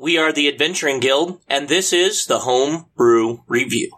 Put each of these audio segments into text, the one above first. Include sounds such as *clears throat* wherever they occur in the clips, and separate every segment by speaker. Speaker 1: We are the Adventuring Guild, and this is the Home Brew Review.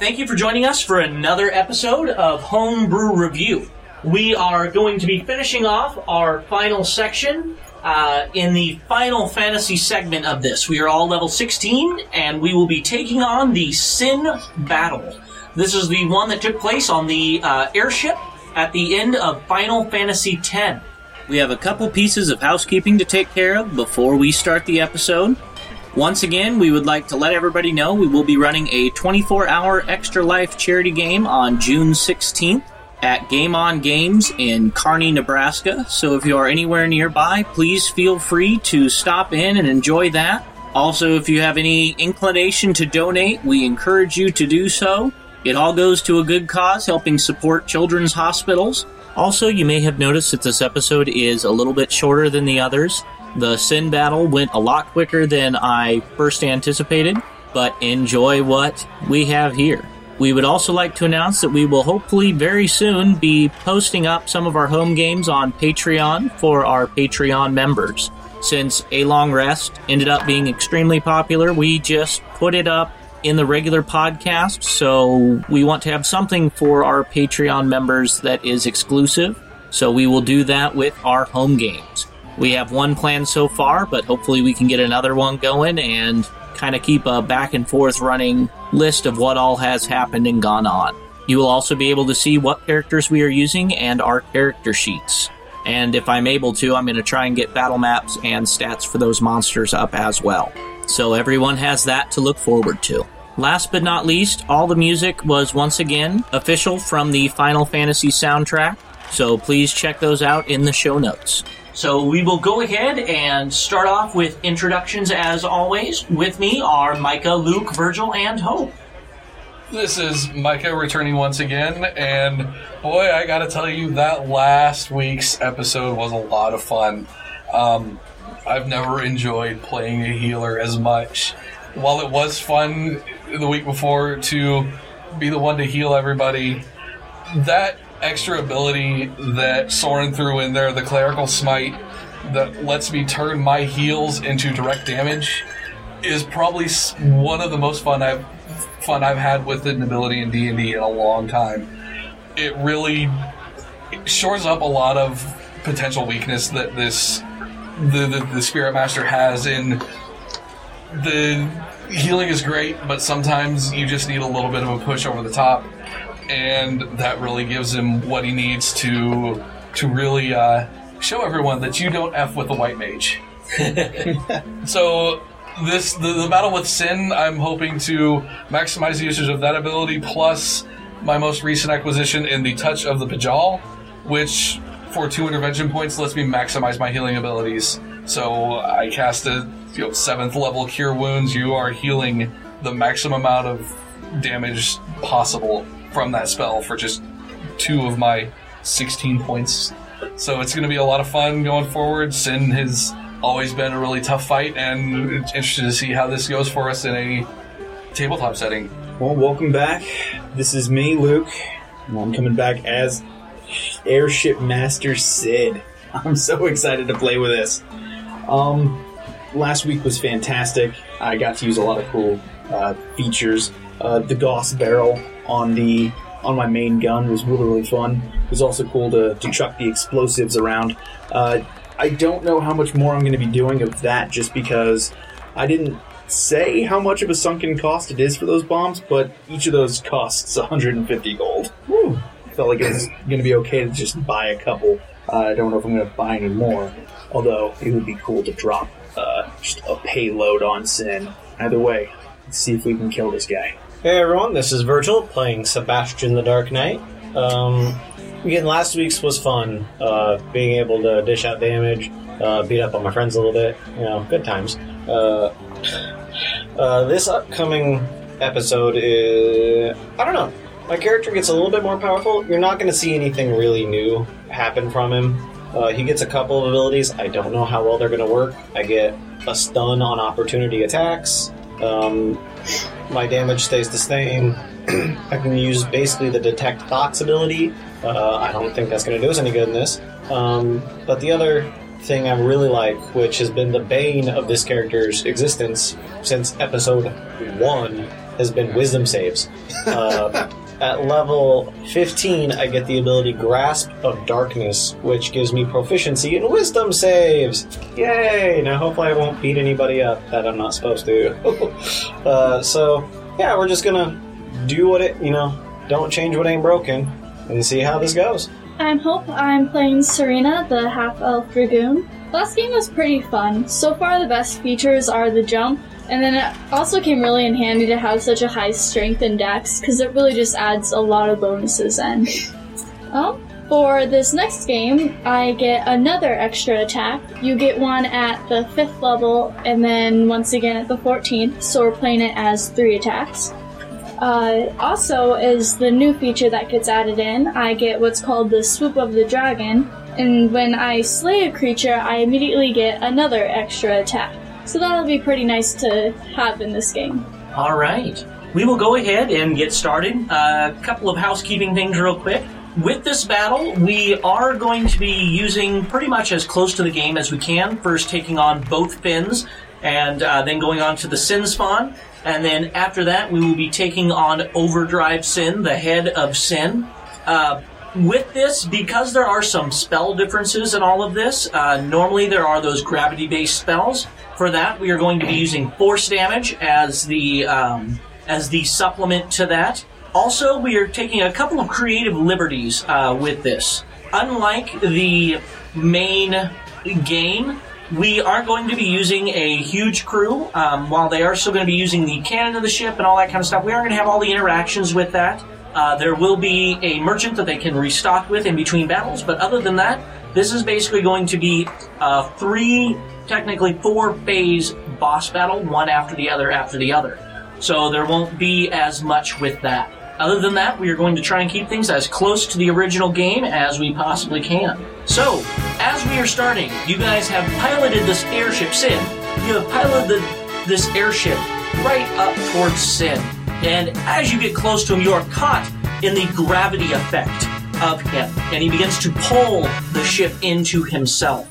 Speaker 1: Thank you for joining us for another episode of Home Brew Review. We are going to be finishing off our final section uh, in the Final Fantasy segment of this. We are all level 16, and we will be taking on the Sin Battle. This is the one that took place on the uh, airship at the end of Final Fantasy X.
Speaker 2: We have a couple pieces of housekeeping to take care of before we start the episode. Once again, we would like to let everybody know we will be running a 24 hour Extra Life charity game on June 16th at Game On Games in Kearney, Nebraska. So if you are anywhere nearby, please feel free to stop in and enjoy that. Also, if you have any inclination to donate, we encourage you to do so. It all goes to a good cause, helping support children's hospitals. Also, you may have noticed that this episode is a little bit shorter than the others. The Sin battle went a lot quicker than I first anticipated, but enjoy what we have here. We would also like to announce that we will hopefully very soon be posting up some of our home games on Patreon for our Patreon members. Since A Long Rest ended up being extremely popular, we just put it up in the regular podcast, so we want to have something for our Patreon members that is exclusive. So we will do that with our home games. We have one plan so far, but hopefully we can get another one going and kind of keep a back and forth running list of what all has happened and gone on. You will also be able to see what characters we are using and our character sheets. And if I'm able to, I'm going to try and get battle maps and stats for those monsters up as well. So everyone has that to look forward to. Last but not least, all the music was once again official from the Final Fantasy soundtrack, so please check those out in the show notes.
Speaker 1: So we will go ahead and start off with introductions as always. With me are Micah, Luke, Virgil, and Hope.
Speaker 3: This is Micah returning once again, and boy, I gotta tell you, that last week's episode was a lot of fun. Um, I've never enjoyed playing a healer as much. While it was fun the week before to be the one to heal everybody, that extra ability that Soren threw in there, the clerical smite, that lets me turn my heals into direct damage, is probably s- one of the most fun I've fun I've had with an ability in D and D in a long time. It really shores up a lot of potential weakness that this the, the, the spirit master has in the healing is great, but sometimes you just need a little bit of a push over the top, and that really gives him what he needs to to really uh, show everyone that you don't f with the white mage. so this the, the battle with sin. I'm hoping to maximize the usage of that ability plus my most recent acquisition in the touch of the Pajal, which for two intervention points lets me maximize my healing abilities. So I cast a you know, seventh level cure wounds. You are healing the maximum amount of damage possible from that spell for just two of my 16 points. So it's going to be a lot of fun going forward. Sin has always been a really tough fight, and it's interesting to see how this goes for us in a tabletop setting.
Speaker 4: Well, welcome back. This is me, Luke. And I'm coming back as Airship Master Sid. *laughs* I'm so excited to play with this. Um, last week was fantastic. I got to use a lot of cool uh, features. Uh, the Goss barrel on the on my main gun was really really fun. It was also cool to, to chuck the explosives around. Uh, I don't know how much more I'm going to be doing of that, just because I didn't say how much of a sunken cost it is for those bombs, but each of those costs *laughs* 150 gold. Woo. Felt like it was going to be okay to just buy a couple. Uh, I don't know if I'm going to buy any more, although it would be cool to drop uh, just a payload on Sin. Either way, let's see if we can kill this guy.
Speaker 5: Hey everyone, this is Virgil playing Sebastian the Dark Knight. Um, Again, last week's was fun. Uh, being able to dish out damage, uh, beat up on my friends a little bit. You know, good times. Uh, uh, this upcoming episode is. I don't know. My character gets a little bit more powerful. You're not going to see anything really new happen from him. Uh, he gets a couple of abilities. I don't know how well they're going to work. I get a stun on opportunity attacks. Um, my damage stays the same. *clears throat* I can use basically the detect thoughts ability. Uh, I don't think that's going to do us any good in this. Um, but the other thing I really like, which has been the bane of this character's existence since episode one, has been wisdom saves. Uh, at level 15, I get the ability Grasp of Darkness, which gives me proficiency in wisdom saves. Yay! Now, hopefully, I won't beat anybody up that I'm not supposed to. *laughs* uh, so, yeah, we're just gonna do what it, you know, don't change what ain't broken, and see how this goes.
Speaker 6: I'm Hope. I'm playing Serena, the half elf dragoon. Last game was pretty fun. So far, the best features are the jump, and then it also came really in handy to have such a high strength index because it really just adds a lot of bonuses in. Oh, for this next game, I get another extra attack. You get one at the fifth level, and then once again at the 14th, so we're playing it as three attacks. Uh, also, is the new feature that gets added in. I get what's called the swoop of the dragon, and when I slay a creature, I immediately get another extra attack. So that'll be pretty nice to have in this game.
Speaker 1: All right. We will go ahead and get started. A couple of housekeeping things, real quick. With this battle, we are going to be using pretty much as close to the game as we can. First, taking on both fins, and uh, then going on to the Sin Spawn. And then after that, we will be taking on Overdrive Sin, the head of Sin. Uh, with this, because there are some spell differences in all of this, uh, normally there are those gravity based spells. For that, we are going to be using force damage as the um, as the supplement to that. Also, we are taking a couple of creative liberties uh, with this. Unlike the main game, we aren't going to be using a huge crew. Um, while they are still going to be using the cannon of the ship and all that kind of stuff, we aren't going to have all the interactions with that. Uh, there will be a merchant that they can restock with in between battles, but other than that, this is basically going to be uh, three, technically four phase boss battle, one after the other after the other. So there won't be as much with that. Other than that, we are going to try and keep things as close to the original game as we possibly can. So, as we are starting, you guys have piloted this airship, Sin. You have piloted this airship right up towards Sin. And as you get close to him, you are caught in the gravity effect of him. And he begins to pull the ship into himself.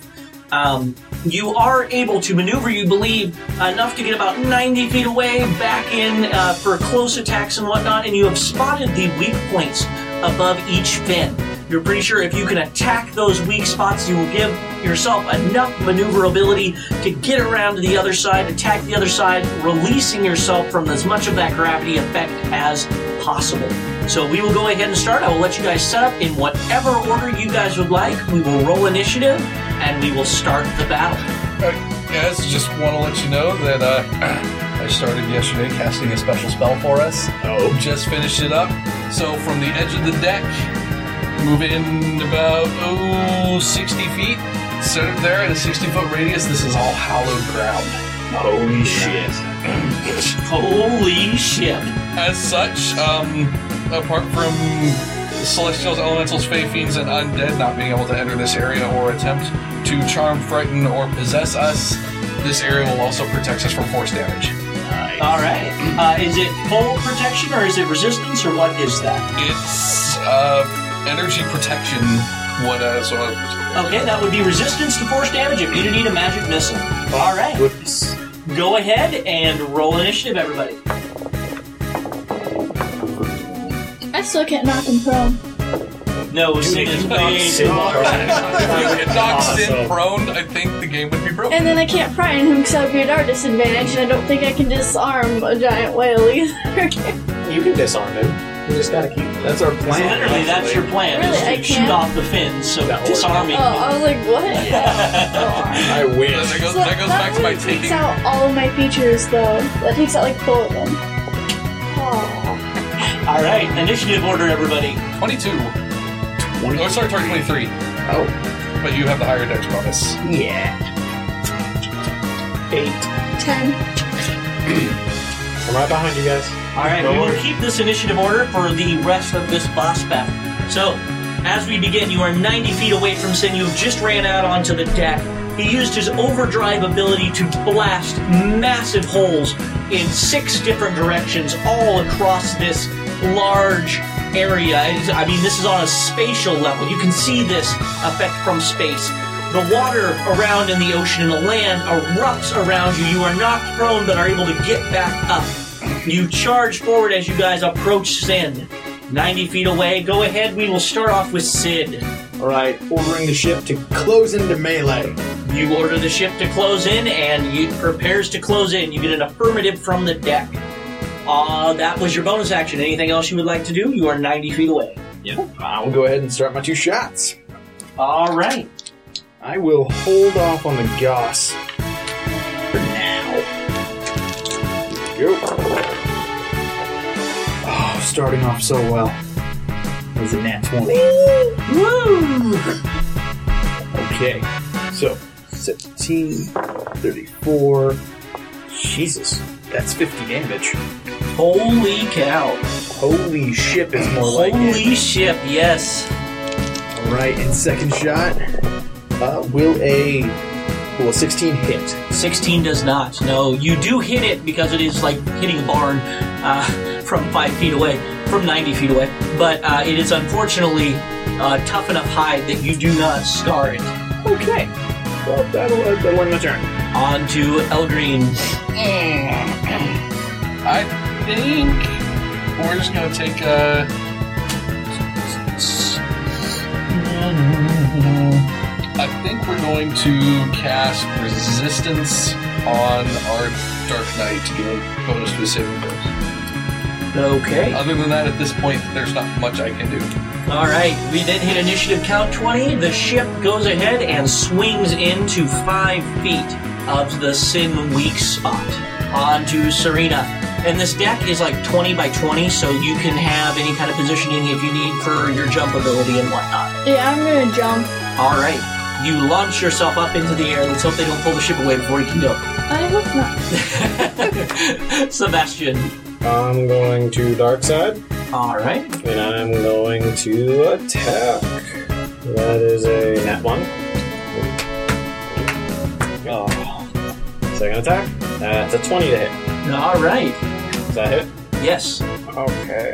Speaker 1: Um, you are able to maneuver, you believe, enough to get about 90 feet away, back in uh, for close attacks and whatnot, and you have spotted the weak points above each fin. You're pretty sure if you can attack those weak spots, you will give yourself enough maneuverability to get around to the other side, attack the other side, releasing yourself from as much of that gravity effect as possible. So we will go ahead and start. I will let you guys set up in whatever order you guys would like. We will roll initiative and we will start the battle.
Speaker 3: Uh, guys, just want to let you know that uh, *clears throat* I started yesterday casting a special spell for us.
Speaker 4: Oh.
Speaker 3: Just finished it up. So from the edge of the deck, move in about oh, 60 feet. Set it there at a 60 foot radius. This is all hallowed ground.
Speaker 4: Holy shit.
Speaker 1: Holy shit.
Speaker 3: As such, um, apart from celestials, elementals, fae fiends, and undead not being able to enter this area or attempt to charm, frighten, or possess us, this area will also protect us from force damage.
Speaker 1: All right. Uh, is it full protection or is it resistance or what is that?
Speaker 3: It's uh, energy protection. What uh, so
Speaker 1: Okay, that would be resistance to force damage, immunity to magic missile. All right.
Speaker 4: Whoops.
Speaker 1: Go ahead and roll initiative, everybody.
Speaker 6: I still can't knock him prone.
Speaker 1: No, Sin is way-
Speaker 3: if
Speaker 4: *laughs*
Speaker 3: it knocks in
Speaker 4: Awesome.
Speaker 3: prone, I think the game would be broken.
Speaker 6: And then I can't frighten him because I would be at our disadvantage, and I don't think I can disarm a giant whale *laughs*
Speaker 3: *laughs*
Speaker 6: either.
Speaker 5: You can disarm him. You just gotta keep.
Speaker 4: That's our plan.
Speaker 1: Literally, that's your plan.
Speaker 6: Really,
Speaker 1: is
Speaker 6: I
Speaker 1: to shoot
Speaker 6: can't?
Speaker 1: off the fins, so
Speaker 4: That works.
Speaker 1: disarming.
Speaker 6: oh, I was like, what?
Speaker 4: I win.
Speaker 3: That goes,
Speaker 6: So
Speaker 3: that goes back to my
Speaker 6: really takes
Speaker 3: taking.
Speaker 6: out all of my features, though. That takes out like four of them. Aw.
Speaker 1: All right, initiative order, everybody.
Speaker 3: 22.
Speaker 4: Twenty.
Speaker 3: Oh, sorry, target 23.
Speaker 4: Oh,
Speaker 3: But you have the higher dex bonus.
Speaker 4: yeah. Eight.
Speaker 6: Ten.
Speaker 5: I'm right behind you guys.
Speaker 1: All right, we will keep this initiative order for the rest of this boss battle. So, as we begin, you are 90 feet away from Sin. You just ran out onto the deck. He used his overdrive ability to blast massive holes in six different directions all across this large area. It's- I mean, this is on a spatial level. You can see this effect from space. The water around in the ocean and the land erupts around you. You are not prone, but are able to get back up. You charge forward as you guys approach Sin. 90 feet away. Go ahead, we will start off with Sid.
Speaker 4: All right, ordering the ship to close into melee.
Speaker 1: You order the ship to close in, and it prepares to close in. You get an affirmative from the deck. Ah, that was your bonus action. Anything else you would like to do? You are 90 feet away.
Speaker 4: I'll go ahead and start my two shots.
Speaker 1: All right.
Speaker 4: I will hold off on the goss for now. Here we Go. Oh, starting off so well. It was a nat 20.
Speaker 1: Woo!
Speaker 4: Okay, so 17, 34. Jesus, that's 50 damage.
Speaker 1: Holy cow.
Speaker 4: Holy ship is more like it.
Speaker 1: Holy ship, yes.
Speaker 4: All right, and second shot. Uh, will a will a 16 hit?
Speaker 1: 16 does not. No, you do hit it because it is like hitting a barn uh, *laughs* from 5 feet away, from 90 feet away. But uh, it is unfortunately uh, tough enough hide that you do not scar it.
Speaker 4: Okay. Well, that'll, uh, that'll end my turn.
Speaker 1: On to Eldrine.
Speaker 3: I think we're just gonna take a. I think we're going to cast resistance on our Dark Knight to give a bonus to his saving throws.
Speaker 1: Okay.
Speaker 3: Other than that, at this point, there's not much I can do.
Speaker 1: All right. We then hit initiative count 20. The ship goes ahead and swings into 5 feet of the Sin weak spot. On to Serena. And this deck is like 20 by 20, so you can have any kind of positioning if you need for your jump ability and whatnot.
Speaker 6: Yeah, I'm gonna jump.
Speaker 1: All right. You launch yourself up into the air. Let's hope they don't pull the ship away before you can
Speaker 6: I hope not.
Speaker 1: go. *laughs* Sebastian.
Speaker 5: I'm going to dark side,
Speaker 1: All right.
Speaker 5: and I'm going to attack. That is a nat one. Oh. Second attack. That's a twenty to hit.
Speaker 1: All right.
Speaker 5: Does that hit?
Speaker 1: Yes.
Speaker 5: Okay.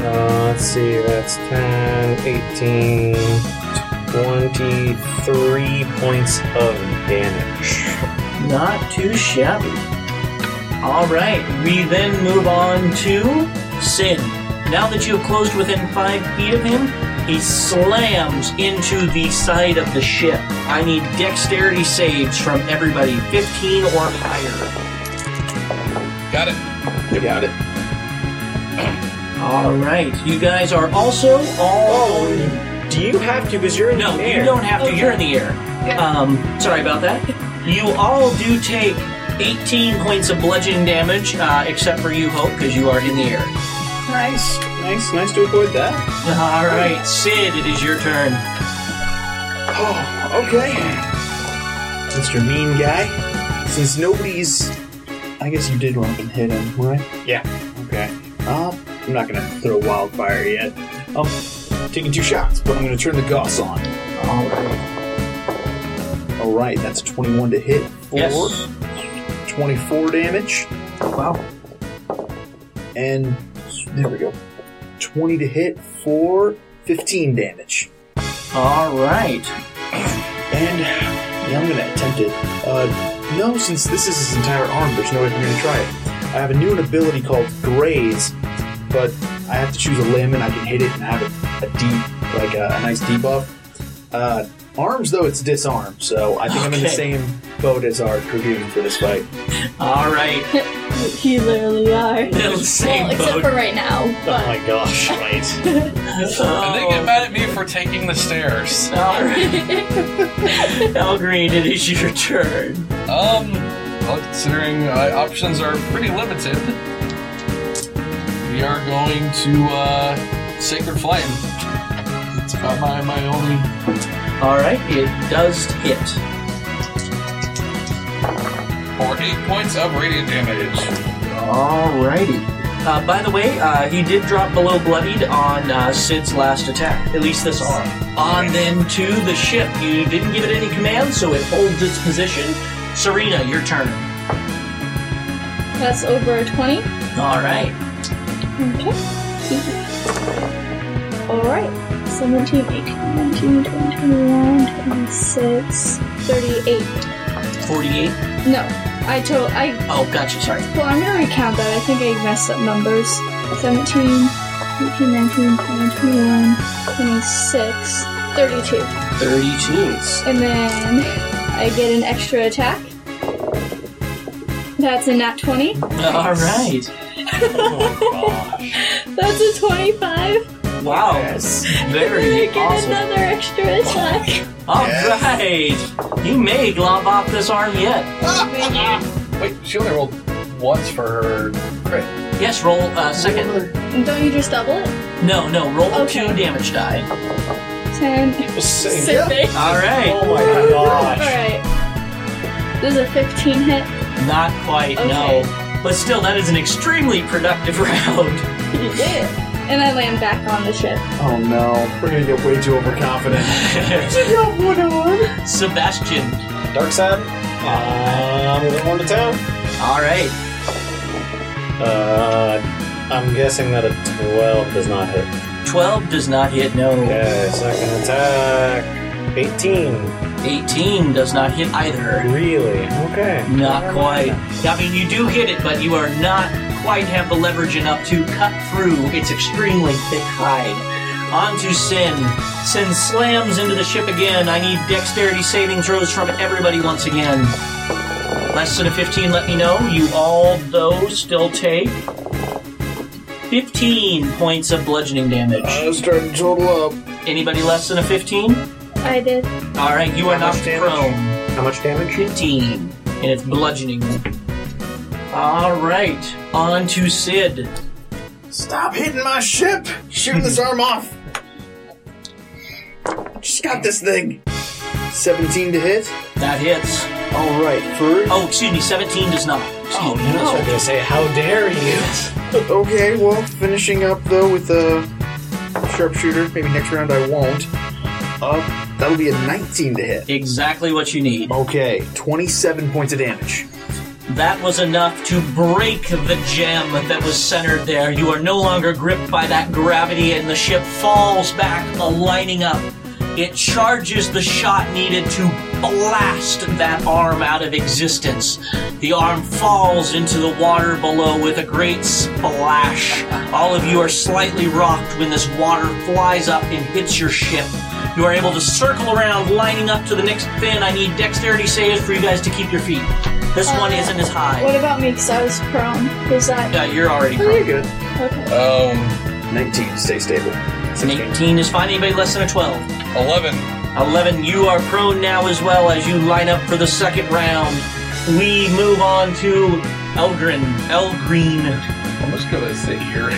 Speaker 5: Uh, let's see, that's 10, 18, 23 points of damage.
Speaker 1: Not too shabby. All right. We then move on to Sin. Now that you have closed within five feet of him, he slams into the side of the ship. I need dexterity saves from everybody, 15 or higher.
Speaker 3: Got it.
Speaker 4: You got it.
Speaker 1: All right. You guys are also all.
Speaker 5: Do you have to? Because you're in
Speaker 1: No,
Speaker 5: the air.
Speaker 1: you don't have to. You're in the air. Um, sorry about that. You all do take 18 points of bludgeoning damage, uh, except for you, Hope, because you are in the air.
Speaker 4: Nice, nice, nice to avoid that.
Speaker 1: *laughs* All right, Sid, it is your turn.
Speaker 4: Oh, okay. Mr. Mean Guy, since nobody's, I guess you did run up and hit him, right?
Speaker 5: Yeah.
Speaker 4: Okay. Uh, I'm not gonna throw wildfire yet. Um, taking two shots, but I'm gonna turn the goss on.
Speaker 1: All right.
Speaker 4: All right, that's a 21 to hit. Four,
Speaker 1: Yes.
Speaker 4: 24 damage,
Speaker 1: Wow.
Speaker 4: and there we go. 20 to hit for 15 damage.
Speaker 1: All right.
Speaker 4: And yeah, I'm gonna attempt it. Uh, no, since this is his entire arm, there's no way for me to try it. I have a new ability called Graze, but I have to choose a limb and I can hit it and have a, a deep, like a, a nice debuff. Uh, arms though, it's disarm, so I think I'm in the
Speaker 1: Okay.
Speaker 4: same boat as our Dragoon for this fight.
Speaker 1: All
Speaker 6: *laughs*
Speaker 1: right.
Speaker 6: You literally are.
Speaker 1: *laughs* Little same
Speaker 6: well, except
Speaker 1: boat.
Speaker 6: for right now.
Speaker 5: Oh
Speaker 6: But
Speaker 5: my gosh, right.
Speaker 1: *laughs*
Speaker 3: And they
Speaker 1: Oh.
Speaker 3: get mad at me for taking the stairs.
Speaker 1: All right. *laughs* Elgreen, it is your turn.
Speaker 3: Um, well, considering uh, options are pretty limited, we are going to uh, Sacred Flame. It's about my, my only.
Speaker 1: All right, it does hit.
Speaker 3: Or eight points of radiant damage.
Speaker 1: Alrighty. Uh, by the way, uh, he did drop below bloodied on uh, Sid's last attack, at least this arm. On then to the ship. You didn't give it any command, so it holds its position. Serena, your turn.
Speaker 6: That's over a 20.
Speaker 1: All right.
Speaker 6: Okay. Alright. 17, 18, 19, 20, 21, 26, 38.
Speaker 1: 48.
Speaker 6: No. I total. I.
Speaker 1: Oh, gotcha, sorry.
Speaker 6: Well, I'm gonna recount that. I think I messed up numbers. 17, 18, 19, 20, 21, 26, 32.
Speaker 1: 32.
Speaker 6: And then I get an extra attack. That's a nat 20.
Speaker 1: *laughs* All right.
Speaker 6: That's a 25.
Speaker 1: Wow.
Speaker 6: I
Speaker 1: Very
Speaker 6: get
Speaker 1: awesome.
Speaker 6: another extra attack.
Speaker 1: All right. You may glob off this arm yet.
Speaker 3: Wait, she only rolled once for her crit.
Speaker 1: Yes, roll uh, second.
Speaker 6: And Don't you just double it?
Speaker 1: No, no, roll
Speaker 6: Okay.
Speaker 1: two damage die.
Speaker 6: *laughs* 10.
Speaker 5: Same.
Speaker 6: Survey.
Speaker 1: All right.
Speaker 5: *laughs* Oh my gosh.
Speaker 6: Alright. This is a 15 hit.
Speaker 1: Not quite,
Speaker 6: Okay.
Speaker 1: no. But still, that is an extremely productive *laughs* round.
Speaker 6: And I land back on the ship.
Speaker 4: Oh no, we're gonna get way too overconfident.
Speaker 1: Sebastian.
Speaker 5: Dark side.
Speaker 4: uh,
Speaker 5: I'm going to town.
Speaker 1: All right.
Speaker 5: Uh, I'm guessing that a 12 does not hit.
Speaker 1: 12 does not hit, no.
Speaker 5: Okay, second attack. 18.
Speaker 1: 18 does not hit either.
Speaker 5: Really? Okay.
Speaker 1: Not quite. I mean, you do hit it, but you are not quite have the leverage enough to cut through its extremely thick hide. On to Sin. Sin slams into the ship again. I need dexterity saving throws from everybody once again. Less than a 15, let me know. You all, though, still take 15 points of bludgeoning damage.
Speaker 4: I'm starting to total up.
Speaker 1: Anybody less than a 15?
Speaker 6: I did.
Speaker 1: Alright, you are
Speaker 5: How
Speaker 1: not
Speaker 5: much damage?
Speaker 1: prone.
Speaker 5: How much damage?
Speaker 1: 15, and it's bludgeoning. All right, on to Sid.
Speaker 4: Stop hitting my ship! Shooting this arm off! Just got this thing. 17 to hit.
Speaker 1: That hits.
Speaker 4: Alright, for.
Speaker 1: Oh, excuse me, 17 does not. Excuse me.
Speaker 5: I was going to say, how dare you?
Speaker 4: Okay, well, finishing up though with a sharpshooter. Maybe next round I won't. Uh, that'll be a 19 to hit.
Speaker 1: Exactly what you need.
Speaker 4: Okay, 27 points of damage.
Speaker 1: That was enough to break the gem that was centered there. You are no longer gripped by that gravity, and the ship falls back, aligning up. It charges the shot needed to blast that arm out of existence. The arm falls into the water below with a great splash. All of you are slightly rocked when this water flies up and hits your ship. You are able to circle around, lining up to the next fin. I need dexterity saves for you guys to keep your feet. This one isn't as high.
Speaker 6: What about me? Because I was prone. Was that.
Speaker 1: Uh, you're already
Speaker 4: Oh,
Speaker 1: prone.
Speaker 4: good.
Speaker 6: Okay.
Speaker 3: Um,
Speaker 4: 19, stay stable.
Speaker 1: An 18 is fine. Anybody less than a 12.
Speaker 3: 11.
Speaker 1: 11, you are prone now as well as you line up for the second round. We move on to Elgrin. Elgreen. *laughs*
Speaker 3: I'm just gonna sit here.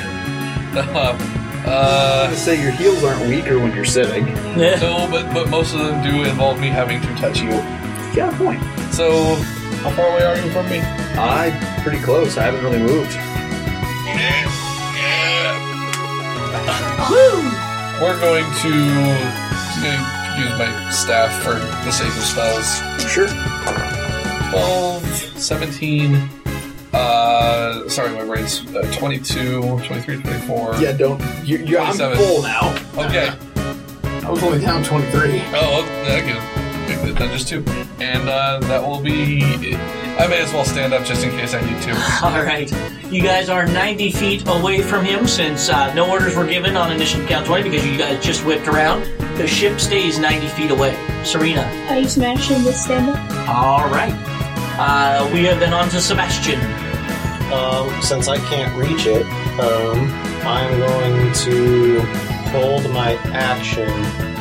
Speaker 3: uh, *laughs* uh,
Speaker 4: I say your heels aren't weaker when you're sitting.
Speaker 1: Eh,
Speaker 3: no, but but most of them do involve me having to touch you.
Speaker 4: Yeah, point.
Speaker 3: So, how far away are you from me?
Speaker 4: I'm pretty close. I haven't really moved.
Speaker 3: We're going to just gonna use my staff for the sake of spells.
Speaker 4: Sure.
Speaker 3: 12, 17, uh, sorry, my brain's uh, 22, 23, 24.
Speaker 4: Yeah, don't. You, you, I'm
Speaker 3: 27.
Speaker 4: full now.
Speaker 3: Okay.
Speaker 4: I was only down 23.
Speaker 3: Oh, okay. I can make that just two. And uh, that will be. I may as well stand up just in case I need to.
Speaker 1: All right. You guys are 90 feet away from him since uh, no orders were given on initiative count 20 because you guys just whipped around. The ship stays 90 feet away. Serena.
Speaker 6: Are you smashing this stand up?
Speaker 1: All right. Uh, we have been on to Sebastian.
Speaker 5: Um, since I can't reach it, um, I'm going to hold my action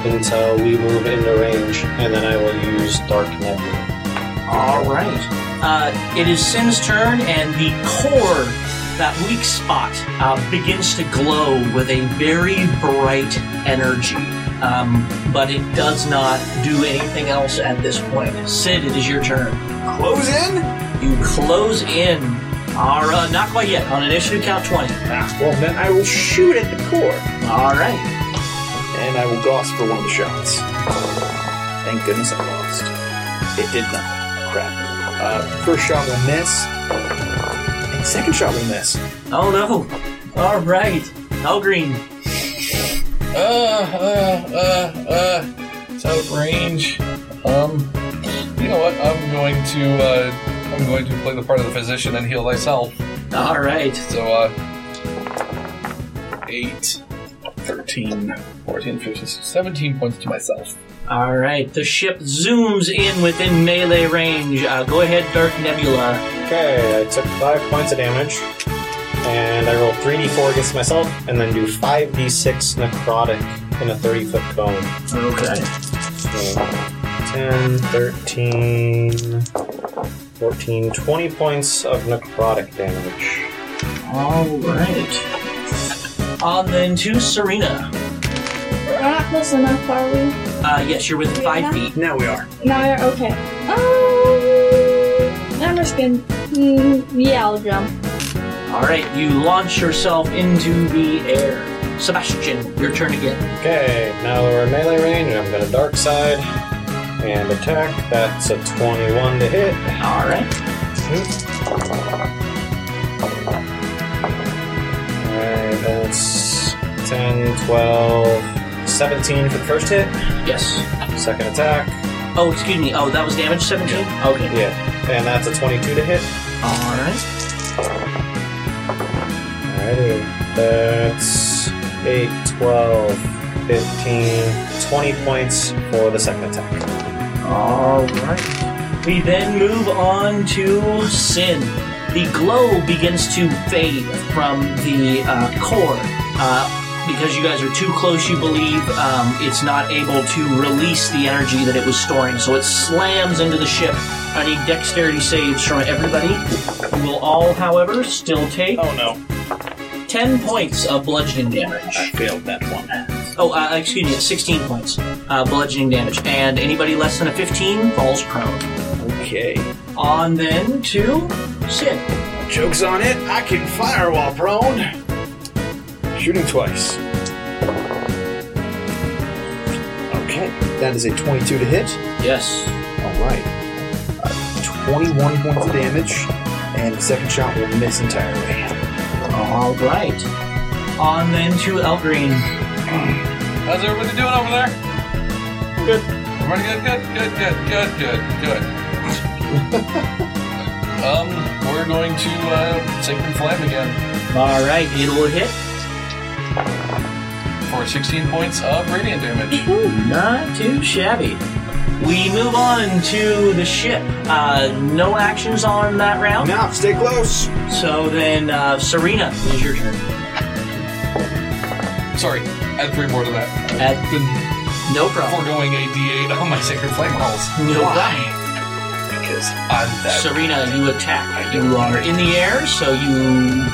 Speaker 5: until we move into range, and then I will use Dark Nebula.
Speaker 1: All right. Uh, it is Sin's turn, and the core that weak spot uh, begins to glow with a very bright energy. Um, but it does not do anything else at this point. Sid, it is your turn.
Speaker 4: Close in?
Speaker 1: You close in. Are uh, not quite yet on initiative count twenty.
Speaker 4: Ah, Well, then I will shoot at the core.
Speaker 1: All right.
Speaker 4: And I will goss for one of the shots. Thank goodness I lost. It did nothing. Crap. Uh, first shot will miss. And second shot will miss.
Speaker 1: Oh no. All right. Hell green.
Speaker 3: Uh, uh, uh, uh. It's out of range. Um, you know what? I'm going to, uh, I'm going to play the part of the physician and heal thyself.
Speaker 1: All right.
Speaker 3: So, uh, 8, 13, 14, 15, 17 points to myself.
Speaker 1: All right, the ship zooms in within melee range. Uh, go ahead, Dark Nebula.
Speaker 5: Okay, I took five points of damage, and I roll 3d4 against myself, and then do 5d6 necrotic in a 30 foot cone.
Speaker 1: Okay.
Speaker 5: So, 10, 13, 14, 20 points of necrotic damage.
Speaker 1: All right. On then to Serena.
Speaker 6: We're not close enough, are we?
Speaker 1: Uh, yes, you're within five feet.
Speaker 4: Now we are.
Speaker 6: Now you're okay. Um, I'm just gonna. Mm, yeah, I'll jump.
Speaker 1: All right, you launch yourself into the air. Sebastian, your turn again.
Speaker 5: Okay, now that we're in melee range, I'm gonna dark side and attack. That's a 21 to hit.
Speaker 1: All right.
Speaker 5: Alright, that's 10, 12, 17 for the first hit.
Speaker 1: Yes.
Speaker 5: Second attack.
Speaker 1: Oh, excuse me. Oh, that was damage 17? Okay.
Speaker 5: Yeah, and that's a 22 to hit.
Speaker 1: All right.
Speaker 5: Alrighty. That's 8, 12, 15, 20 points for the second attack.
Speaker 1: All right. We then move on to Sin. The glow begins to fade from the uh, core uh, because you guys are too close. You believe um, it's not able to release the energy that it was storing, so it slams into the ship. I need dexterity saves from everybody. You will all, however, still take
Speaker 4: Oh no.
Speaker 1: ten points of bludgeoning damage.
Speaker 4: I failed that one.
Speaker 1: Oh, uh, excuse me, 16 points uh, bludgeoning damage, and anybody less than a 15 falls prone.
Speaker 4: Okay.
Speaker 1: On then to Sid.
Speaker 4: Joke's on it. I can fire while prone. Shooting twice. Okay. That is a 22 to hit.
Speaker 1: Yes.
Speaker 4: All right. Uh, 21 points of damage, and the second shot will miss entirely.
Speaker 1: All right. On then to Eldrin.
Speaker 3: How's everybody doing over there?
Speaker 5: Good.
Speaker 3: Everybody good, good, good, good, good, good, good. *laughs* um, we're going to uh, Sacred Flame again
Speaker 1: All right, it'll hit.
Speaker 3: for 16 points of radiant damage.
Speaker 1: Not too shabby. We move on to the ship. Uh, no actions on that round.
Speaker 4: Now, stay close.
Speaker 1: So then, uh, Serena it is your turn.
Speaker 3: Sorry, add three more to that.
Speaker 1: At
Speaker 3: Been
Speaker 1: no problem.
Speaker 3: foregoing a d8 on my Sacred Flame rolls.
Speaker 1: No problem.
Speaker 3: Because I'm that.
Speaker 1: Serena, you attack. You are in the air, so you.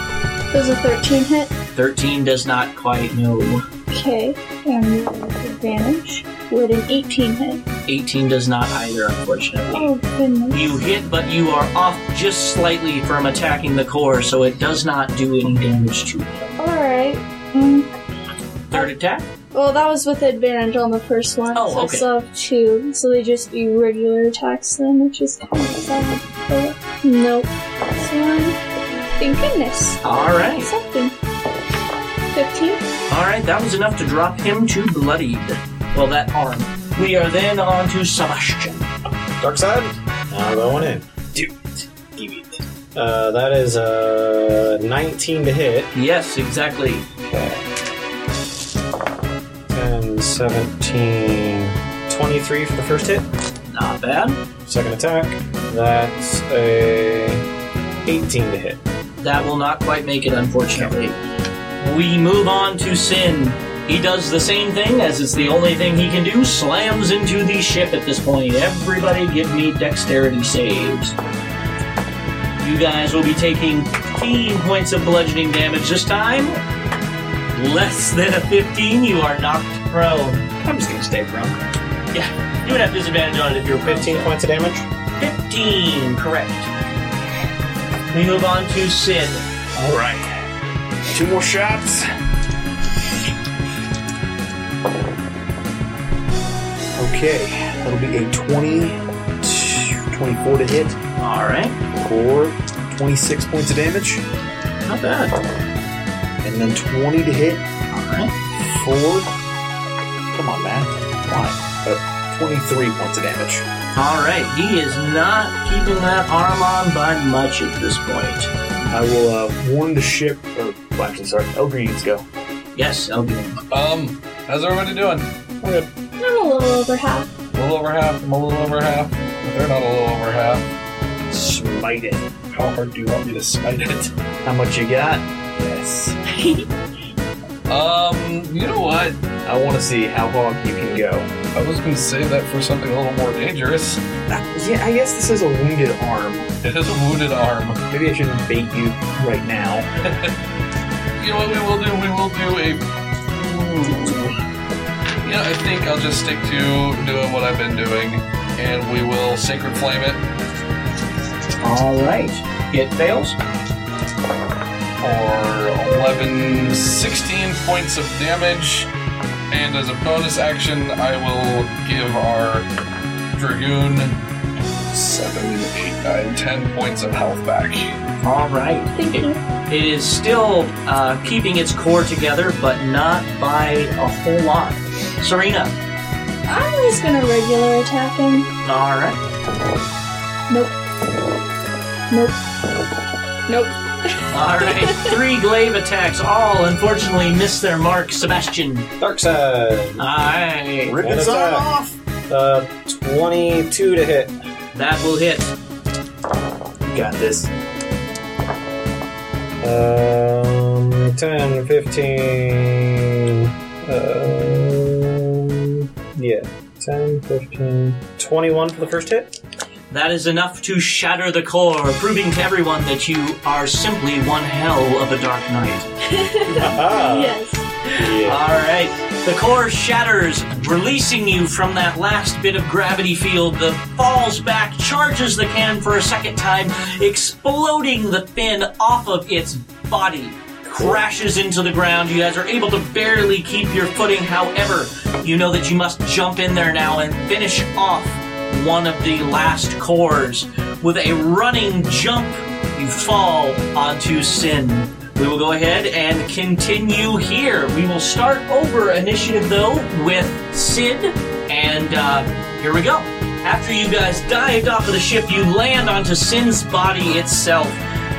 Speaker 6: There's a 13 hit.
Speaker 1: 13 does not quite know.
Speaker 6: Okay, and with advantage. Would an 18 hit?
Speaker 1: 18 does not either, unfortunately.
Speaker 6: Oh goodness.
Speaker 1: You hit, but you are off just slightly from attacking the core, so it does not do any damage to you.
Speaker 6: All right. Mm.
Speaker 1: Third attack?
Speaker 6: Well, that was with advantage on the first one.
Speaker 1: Oh,
Speaker 6: so I
Speaker 1: okay.
Speaker 6: still have two, so they just be regular attacks then, which is kind of sad. But nope. This one. Thank goodness.
Speaker 1: Alright.
Speaker 6: Something. 15.
Speaker 1: Alright, that was enough to drop him to bloodied. Well, that arm. We are then on to Sebastian.
Speaker 5: Dark side. Now going in.
Speaker 4: Do it. Give it.
Speaker 5: Uh, that is uh, 19 to hit.
Speaker 1: Yes, exactly.
Speaker 5: 10, 17, 23 for the first hit.
Speaker 1: Not bad.
Speaker 5: Second attack. That's a 18 to hit.
Speaker 1: That will not quite make it, unfortunately. We move on to Sin. He does the same thing as it's the only thing he can do, slams into the ship at this point. Everybody give me dexterity saves. You guys will be taking 15 points of bludgeoning damage this time. Less than a 15, you are knocked prone.
Speaker 4: I'm just gonna stay prone.
Speaker 1: Yeah, you would have disadvantage on it if you were prone.
Speaker 5: 15 points of damage.
Speaker 1: 15, correct. We move on to Sid.
Speaker 4: All right, two more shots. Okay, that'll be a 20, 24 to hit
Speaker 1: All right,
Speaker 4: for 26 points of damage,
Speaker 1: not bad.
Speaker 4: and then 20 to hit
Speaker 1: All right,
Speaker 4: for. Come on, man. Why? Uh, 23 points of damage.
Speaker 1: all right. He is not keeping that arm on by much at this point.
Speaker 4: I will uh, warn the ship. Or, well, actually, sorry, Elgreens go.
Speaker 1: Yes, Elgin.
Speaker 3: Um, how's everybody doing?
Speaker 6: I'm a little over half.
Speaker 3: A little over half. I'm a little over half. They're not a little over half.
Speaker 4: Smite it.
Speaker 3: How hard do you want me to smite it?
Speaker 4: How much you got? Yes.
Speaker 3: Um, you know what?
Speaker 4: I want to see how hog you can go.
Speaker 3: I was going to save that for something a little more dangerous.
Speaker 4: Yeah, I guess this is a wounded arm.
Speaker 3: It has a wounded arm.
Speaker 4: Maybe I shouldn't bait you right now.
Speaker 3: You know what we will do? We will do a. Yeah, I think I'll just stick to doing what I've been doing, and we will sacred flame it
Speaker 1: All right, it fails.
Speaker 3: for 11, 16 points of damage. And as a bonus action, I will give our dragoon 7, 8, 9, 10 points of health back.
Speaker 1: All right.
Speaker 6: Thank
Speaker 1: It-
Speaker 6: you.
Speaker 1: It is still uh, keeping its core together, but not by a whole lot. Serena.
Speaker 6: I'm just gonna regular attack him.
Speaker 1: All right.
Speaker 6: Nope. Nope. Nope.
Speaker 1: All *laughs* right. Three glaive attacks, all unfortunately miss their mark. Sebastian.
Speaker 5: Dark side.
Speaker 1: Aye.
Speaker 4: Rip
Speaker 5: And
Speaker 4: his arm
Speaker 5: attack.
Speaker 4: off!
Speaker 5: Uh, 22 to hit.
Speaker 1: That will hit.
Speaker 4: You got this.
Speaker 5: Um, 10, 15. Um, uh, yeah. 10, 15. 21 for the first hit.
Speaker 1: That is enough to shatter the core, proving to everyone that you are simply one hell of a dark knight.
Speaker 5: Aha!
Speaker 6: Yes.
Speaker 5: Ah, Yeah.
Speaker 1: All right. The core shatters, releasing you from that last bit of gravity field that falls back, charges the can for a second time, exploding the fin off of its body. Crashes into the ground. You guys are able to barely keep your footing. However, you know that you must jump in there now and finish off one of the last cores. With a running jump, you fall onto Sin. We will go ahead and continue here. We will start over initiative though with Sid, and uh, here we go. After you guys dived off of the ship, you land onto Sin's body itself.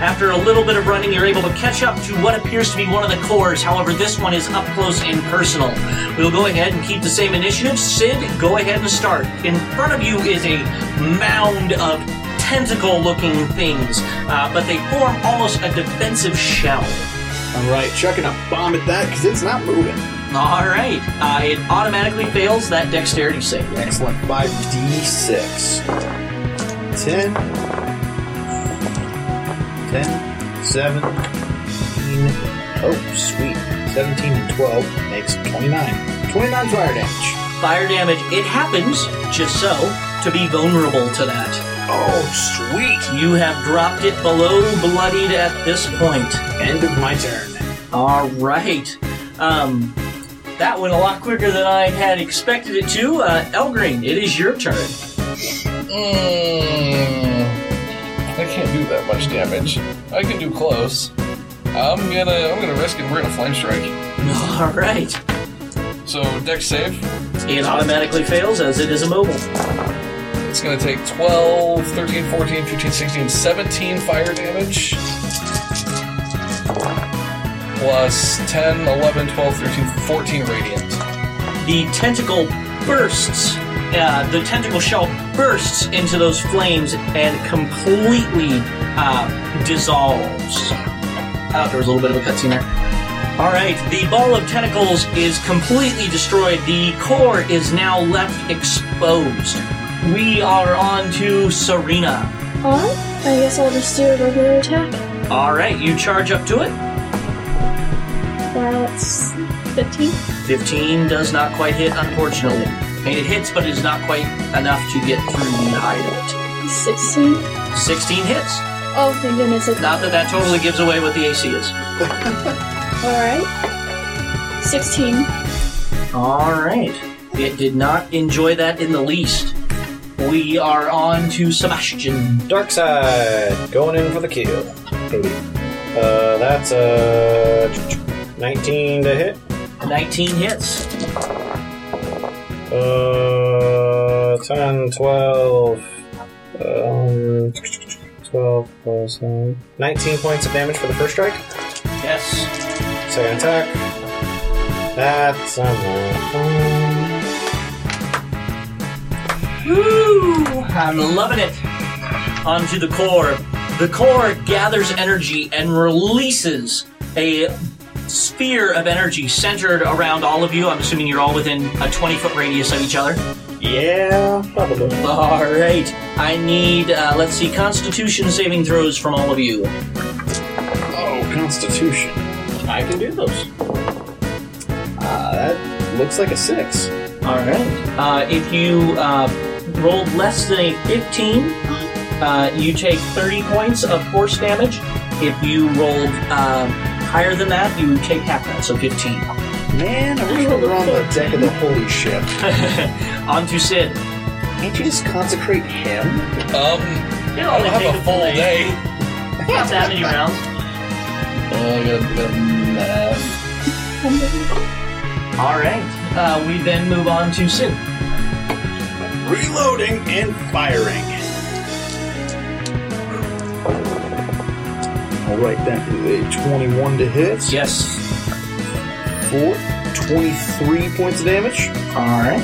Speaker 1: After a little bit of running, you're able to catch up to what appears to be one of the cores. However, this one is up close and personal. We'll go ahead and keep the same initiative. Sid, go ahead and start. In front of you is a mound of tentacle looking things, uh, but they form almost a defensive shell.
Speaker 4: Alright, chucking a bomb at that because it's not moving.
Speaker 1: All right. Uh, it automatically fails that dexterity save.
Speaker 4: Excellent. 5d6. 10. 10. 17. Oh, sweet. 17 and 12 makes 29. 29 fire damage.
Speaker 1: Fire damage, it happens, just so, to be vulnerable to that.
Speaker 4: Oh, sweet.
Speaker 1: You have dropped it below bloodied at this point.
Speaker 4: End of my turn.
Speaker 1: All right. Um, that went a lot quicker than I had expected it to. Uh, Elgreen, it is your turn.
Speaker 3: Mm, Hmm. I can't do that much damage. I can do close. I'm gonna I'm gonna risk it. We're gonna flame strike.
Speaker 1: All right.
Speaker 3: So deck save.
Speaker 1: It automatically fails as it is immobile.
Speaker 3: It's gonna take 12, 13, 14, 15, 16, 17 fire damage. Plus 10, 11, 12, 13, 14 radiant.
Speaker 1: The tentacle bursts. Uh, the tentacle shell bursts into those flames and completely uh, dissolves. Oh, there was a little bit of a cutscene there. All right, the ball of tentacles is completely destroyed. The core is now left exposed. We are on to Serena.
Speaker 6: Alright, I guess I'll just do a regular attack.
Speaker 1: All right, you charge up to it.
Speaker 6: That's 15.
Speaker 1: 15 does not quite hit, unfortunately. I mean, it hits, but it is not quite enough to get through the hide of
Speaker 6: 16.
Speaker 1: it. 16 hits.
Speaker 6: Oh, thank goodness. It's
Speaker 1: Not that that totally gives away what the AC is.
Speaker 6: Alright. 16.
Speaker 1: All right. It did not enjoy that in the least. We are on to Sebastian.
Speaker 5: Dark side, going in for the kill. Baby. Uh, that's uh, 19 to hit.
Speaker 1: 19 hits.
Speaker 5: Uh, 10, 12, um, 12 plus nine. 19 points of damage for the first strike.
Speaker 1: Yes.
Speaker 5: Second attack. That's uh, um, a nine.
Speaker 1: Woo! I'm loving it. Onto the core. The core gathers energy and releases a sphere of energy centered around all of you. I'm assuming you're all within a 20 foot radius of each other.
Speaker 5: Yeah, probably.
Speaker 1: All right. I need, uh, let's see, Constitution saving throws from all of you.
Speaker 4: Oh, Constitution.
Speaker 5: I can do those.
Speaker 4: Ah, that looks like a six.
Speaker 1: All right. Uh, if you uh, rolled less than a 15, uh, you take 30 points of force damage. If you rolled uh, higher than that, you take half that, so 15.
Speaker 4: Man, I wish we were on the deck of the holy ship.
Speaker 1: *laughs* On to Sid.
Speaker 4: Can't you just consecrate him?
Speaker 3: Um,
Speaker 1: It'll
Speaker 3: I
Speaker 1: only
Speaker 3: don't
Speaker 1: take
Speaker 3: have a full day.
Speaker 1: Not that many rounds.
Speaker 3: Oh,
Speaker 5: Uh,
Speaker 3: I gotta do the math.
Speaker 1: All right. Uh, we then move on to Sid.
Speaker 4: Reloading and firing. All right, that is a 21 to hit.
Speaker 1: Yes.
Speaker 4: Four, 23 points of damage.
Speaker 1: All right.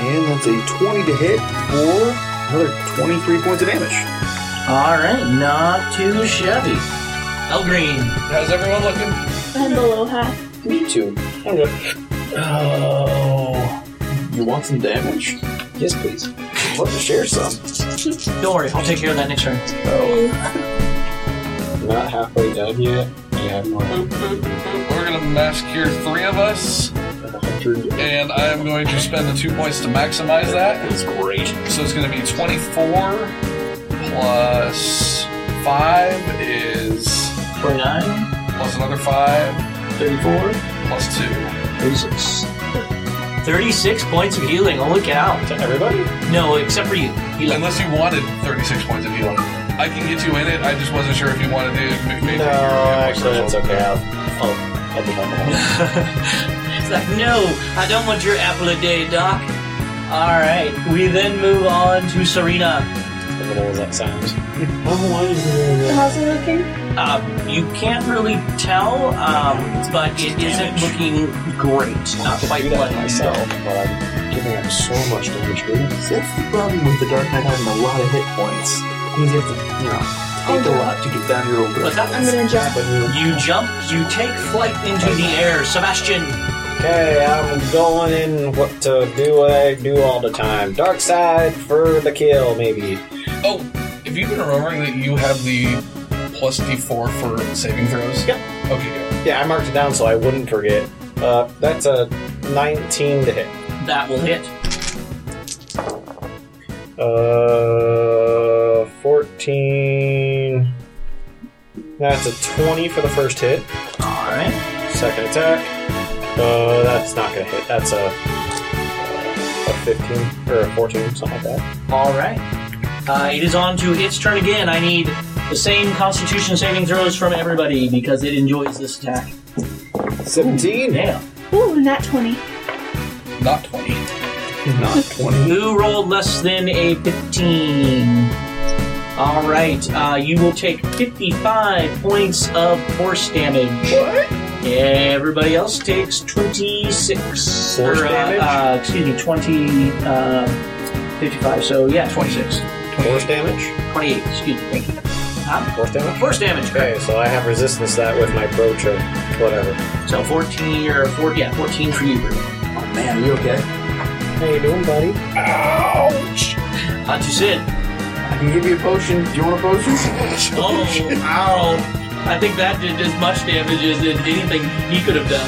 Speaker 4: And that's a 20 to hit for another 23 points of damage.
Speaker 1: All right. Not too shabby. El Green.
Speaker 3: How's everyone looking?
Speaker 6: And below half.
Speaker 4: Me too.
Speaker 5: I'm good.
Speaker 4: Oh. You want some damage?
Speaker 5: Yes, please.
Speaker 4: I'd love to share some.
Speaker 1: Don't worry. I'll take care of that next turn.
Speaker 5: Not halfway done yet. Yeah, more
Speaker 3: Boop, boop, boop. We're gonna mass cure three of us,
Speaker 5: than 100.
Speaker 3: and I am going to spend the two points to maximize that.
Speaker 4: That's great.
Speaker 3: So it's gonna be 24 plus 5 is
Speaker 1: 49,
Speaker 3: plus another 5
Speaker 1: 34.
Speaker 3: plus 2.
Speaker 1: 36. 36 points of healing. Oh, look out.
Speaker 5: To everybody?
Speaker 1: No, except for you. Healing.
Speaker 3: Unless you wanted 36 points of healing. I can get you in it, I just wasn't sure if you wanted to. m- Maybe
Speaker 5: No, actually, that's okay. I'll, I'll, I'll be fine.
Speaker 1: It's like, no, I don't want your apple a day, Doc. All right. We then move on to Serena.
Speaker 5: As little as that sounds.
Speaker 6: How's it looking?
Speaker 1: Uh, you can't really tell, um, but it isn't looking great. Not quite
Speaker 5: do
Speaker 1: what
Speaker 5: that myself, but I'm giving up so much damage. dude.
Speaker 4: See, that's the problem with the Dark Knight having a lot of hit points. Means you have to, you know, take a lot to get down your old
Speaker 1: What's
Speaker 4: girl.
Speaker 1: that?
Speaker 6: I'm gonna jump.
Speaker 1: You jump, you take flight into the air. Sebastian,
Speaker 5: Okay, I'm going in what to do what I do all the time. Dark side for the kill, maybe.
Speaker 3: Oh, have you been remembering that you have the plus d4 for saving throws?
Speaker 5: Yep.
Speaker 3: Okay, good.
Speaker 5: Yeah, I marked it down so I wouldn't forget. Uh, that's a 19 to hit.
Speaker 1: that will hit.
Speaker 5: Uh, 14. That's a 20 for the first hit.
Speaker 1: All right.
Speaker 5: Second attack. Uh, that's not gonna hit. That's a, uh, a 15 or a 14, something like that.
Speaker 1: All right. Uh, it is on to its turn again. I need the same Constitution saving throws from everybody because it enjoys this attack.
Speaker 4: 17?
Speaker 1: Damn.
Speaker 6: Ooh, not 20.
Speaker 3: Not 20.
Speaker 4: Not 20.
Speaker 1: Who rolled less than a 15? All right. Uh, you will take 55 points of force damage. What? Everybody else takes 26.
Speaker 5: Force
Speaker 1: uh,
Speaker 5: damage?
Speaker 1: Uh, excuse me, 20. Uh, 55. So yeah, 26.
Speaker 5: Force damage?
Speaker 1: 28. Excuse me. Thank you. Huh?
Speaker 5: Force damage?
Speaker 1: Force damage.
Speaker 5: Okay, so I have resistance to that with my brooch or whatever.
Speaker 1: So 14 or 4, yeah, 14 for you. Ruben.
Speaker 4: Oh man, are you okay?
Speaker 5: How you doing, buddy?
Speaker 1: Onto Sid.
Speaker 4: I can give you a potion. Do you want a potion? *laughs*
Speaker 5: *laughs*
Speaker 1: Oh, ow. I think that did as much damage as did anything he could have done.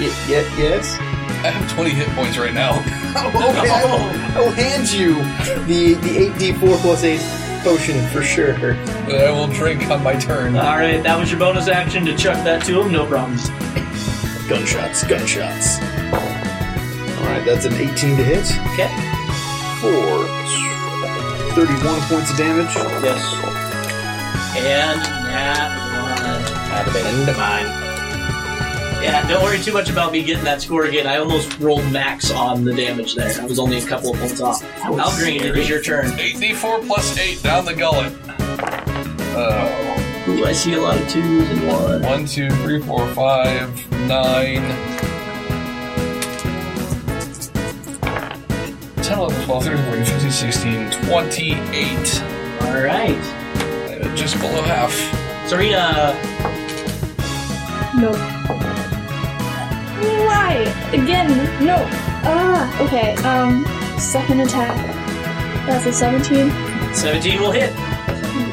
Speaker 4: Ye- ye- yes.
Speaker 3: I have 20 hit points right now. *laughs*
Speaker 4: Oh, okay. I will- I will hand you the the eight D four plus eight potion for sure.
Speaker 3: that I will drink on my turn.
Speaker 5: Uh-huh.
Speaker 1: All right, that was your bonus action to chuck that to him. No problems.
Speaker 4: Gunshots, gunshots. All right, that's an 18 to hit
Speaker 1: Okay.
Speaker 4: for 31 points of damage.
Speaker 1: Yes. And that one.
Speaker 4: Out of end of mine.
Speaker 1: Yeah, don't worry too much about me getting that score again. I almost rolled max on the damage there. I was only a couple of points off. Algreen, it is your turn.
Speaker 3: 8d4 plus 8 down the gullet. Oh.
Speaker 1: Ooh, I see a lot of twos and ones.
Speaker 3: One, two, three, four, five, nine. 10, 11, 12, 13, 14, 15, 16, 28.
Speaker 1: All right.
Speaker 3: Uh, Just below half.
Speaker 1: Serena,
Speaker 6: No. Why? Again, no. Ah, okay. Um, second attack. That's a 17.
Speaker 1: 17 will hit.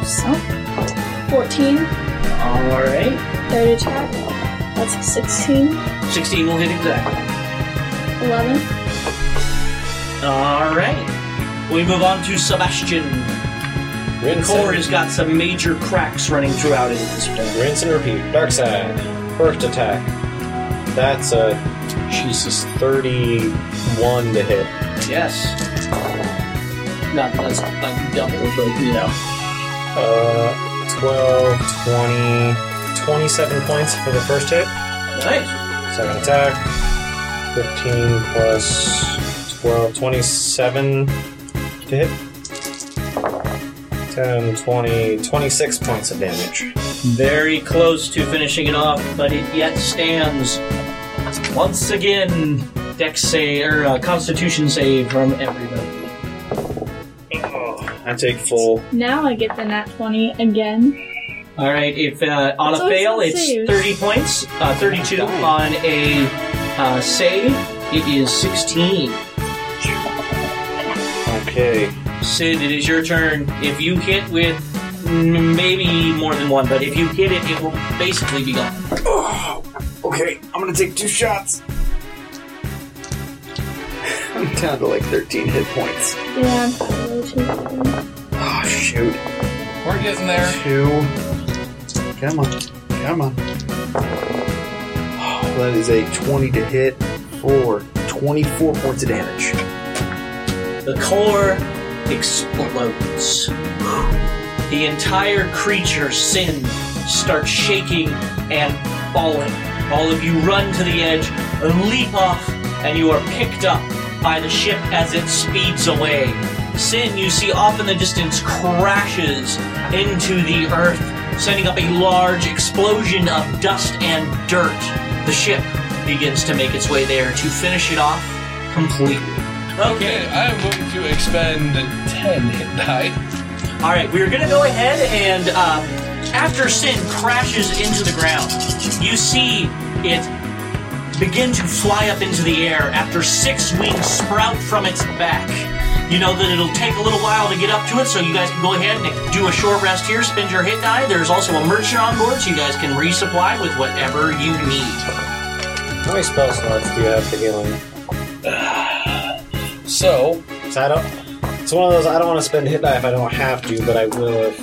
Speaker 6: So, 14.
Speaker 1: All right.
Speaker 6: Third attack. That's a 16.
Speaker 1: 16 will hit exactly.
Speaker 6: 11.
Speaker 1: All right. We move on to Sebastian. The
Speaker 5: Rinse
Speaker 1: core
Speaker 5: and,
Speaker 1: has got some major cracks running throughout it at this point.
Speaker 5: rinse and repeat. Dark side. First attack. That's a Jesus thirty-one to hit.
Speaker 1: Yes. Not that's like double, but you know.
Speaker 5: Uh, 12, 20, 27 points for the first hit.
Speaker 1: Nice.
Speaker 5: Second attack. 15 plus 12, 27 to hit. 10, 20, 26 points of damage.
Speaker 1: Very close to finishing it off, but it yet stands. Once again, Dex save or uh, Constitution save from everybody.
Speaker 4: I take full.
Speaker 6: Now I get the nat 20 again.
Speaker 1: All right, if uh, on
Speaker 6: It's always
Speaker 1: a fail,
Speaker 6: on
Speaker 1: it's
Speaker 6: saves.
Speaker 1: thirty points. Uh, Thirty-two
Speaker 4: Nice.
Speaker 1: on a uh, save, it is sixteen.
Speaker 4: Okay.
Speaker 1: Sid, it is your turn. If you hit with mm, maybe more than one, but if you hit it, it will basically be gone.
Speaker 4: Oh, Okay, I'm gonna take two shots. *laughs* I'm down to like 13 hit points.
Speaker 6: Yeah, I'm probably too good.
Speaker 4: Oh, shoot.
Speaker 3: We're getting there.
Speaker 4: Two. Come on. Come on. *sighs* Oh, that is a 20 to hit for 24 points of damage.
Speaker 1: The core explodes. The entire creature, Sin, starts shaking and falling. All of you run to the edge, leap off, and you are picked up by the ship as it speeds away. Sin, you see off in the distance, crashes into the earth, sending up a large explosion of dust and dirt. The ship begins to make its way there to finish it off completely. Okay,
Speaker 3: Okay, I am going to expend 10 hit die.
Speaker 1: All right, we're gonna go ahead and uh, after Sin crashes into the ground, you see it begin to fly up into the air after six wings sprout from its back. You know that it'll take a little while to get up to it, so you guys can go ahead and do a short rest here, spend your hit die. There's also a merchant on board, so you guys can resupply with whatever you need.
Speaker 5: How many spell slots do you have for healing?
Speaker 3: So,
Speaker 5: So I don't. It's one of those I don't want to spend hit die if I don't have to, but I will if.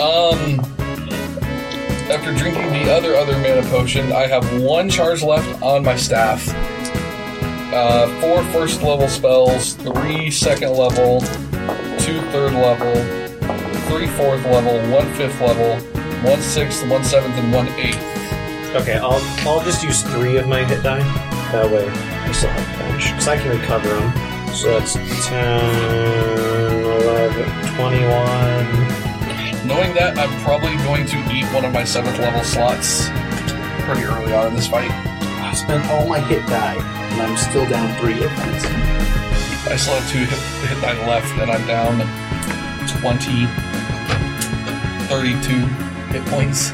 Speaker 3: um. After drinking the other other mana potion, I have one charge left on my staff. Uh, four first level spells, three second level, two third level, three fourth level, one fifth level, one sixth, one seventh, and one eighth.
Speaker 5: Okay, I'll I'll just use three of my hit die. That way, I still have a bunch because I can recover them. So that's 10, 11, 21.
Speaker 3: Knowing that, I'm probably going to eat one of my seventh level slots pretty early on in this fight.
Speaker 4: I spent all my hit die, and I'm still down three hit points.
Speaker 3: I still have two hit, hit die left, and I'm down 20, 32 hit points.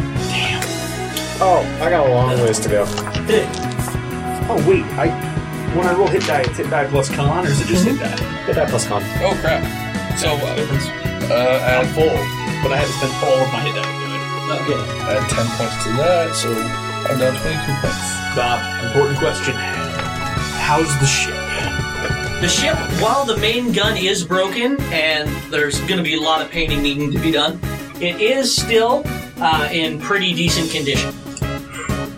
Speaker 5: Oh, I got a long ways to go.
Speaker 4: Oh wait, I when I roll hit die, it's hit die plus con, or is it just hit die?
Speaker 5: Hit die plus con.
Speaker 3: Oh crap! So uh, Uh,
Speaker 4: I'm
Speaker 3: add,
Speaker 4: full, but I had to spend all of my hit die to do it.
Speaker 1: Okay.
Speaker 3: add 10 points to that, so I'm down 22 points.
Speaker 4: Bob, important question. How's the ship?
Speaker 1: The ship, while the main gun is broken and there's going to be a lot of painting needing to be done, it is still uh, in pretty decent condition.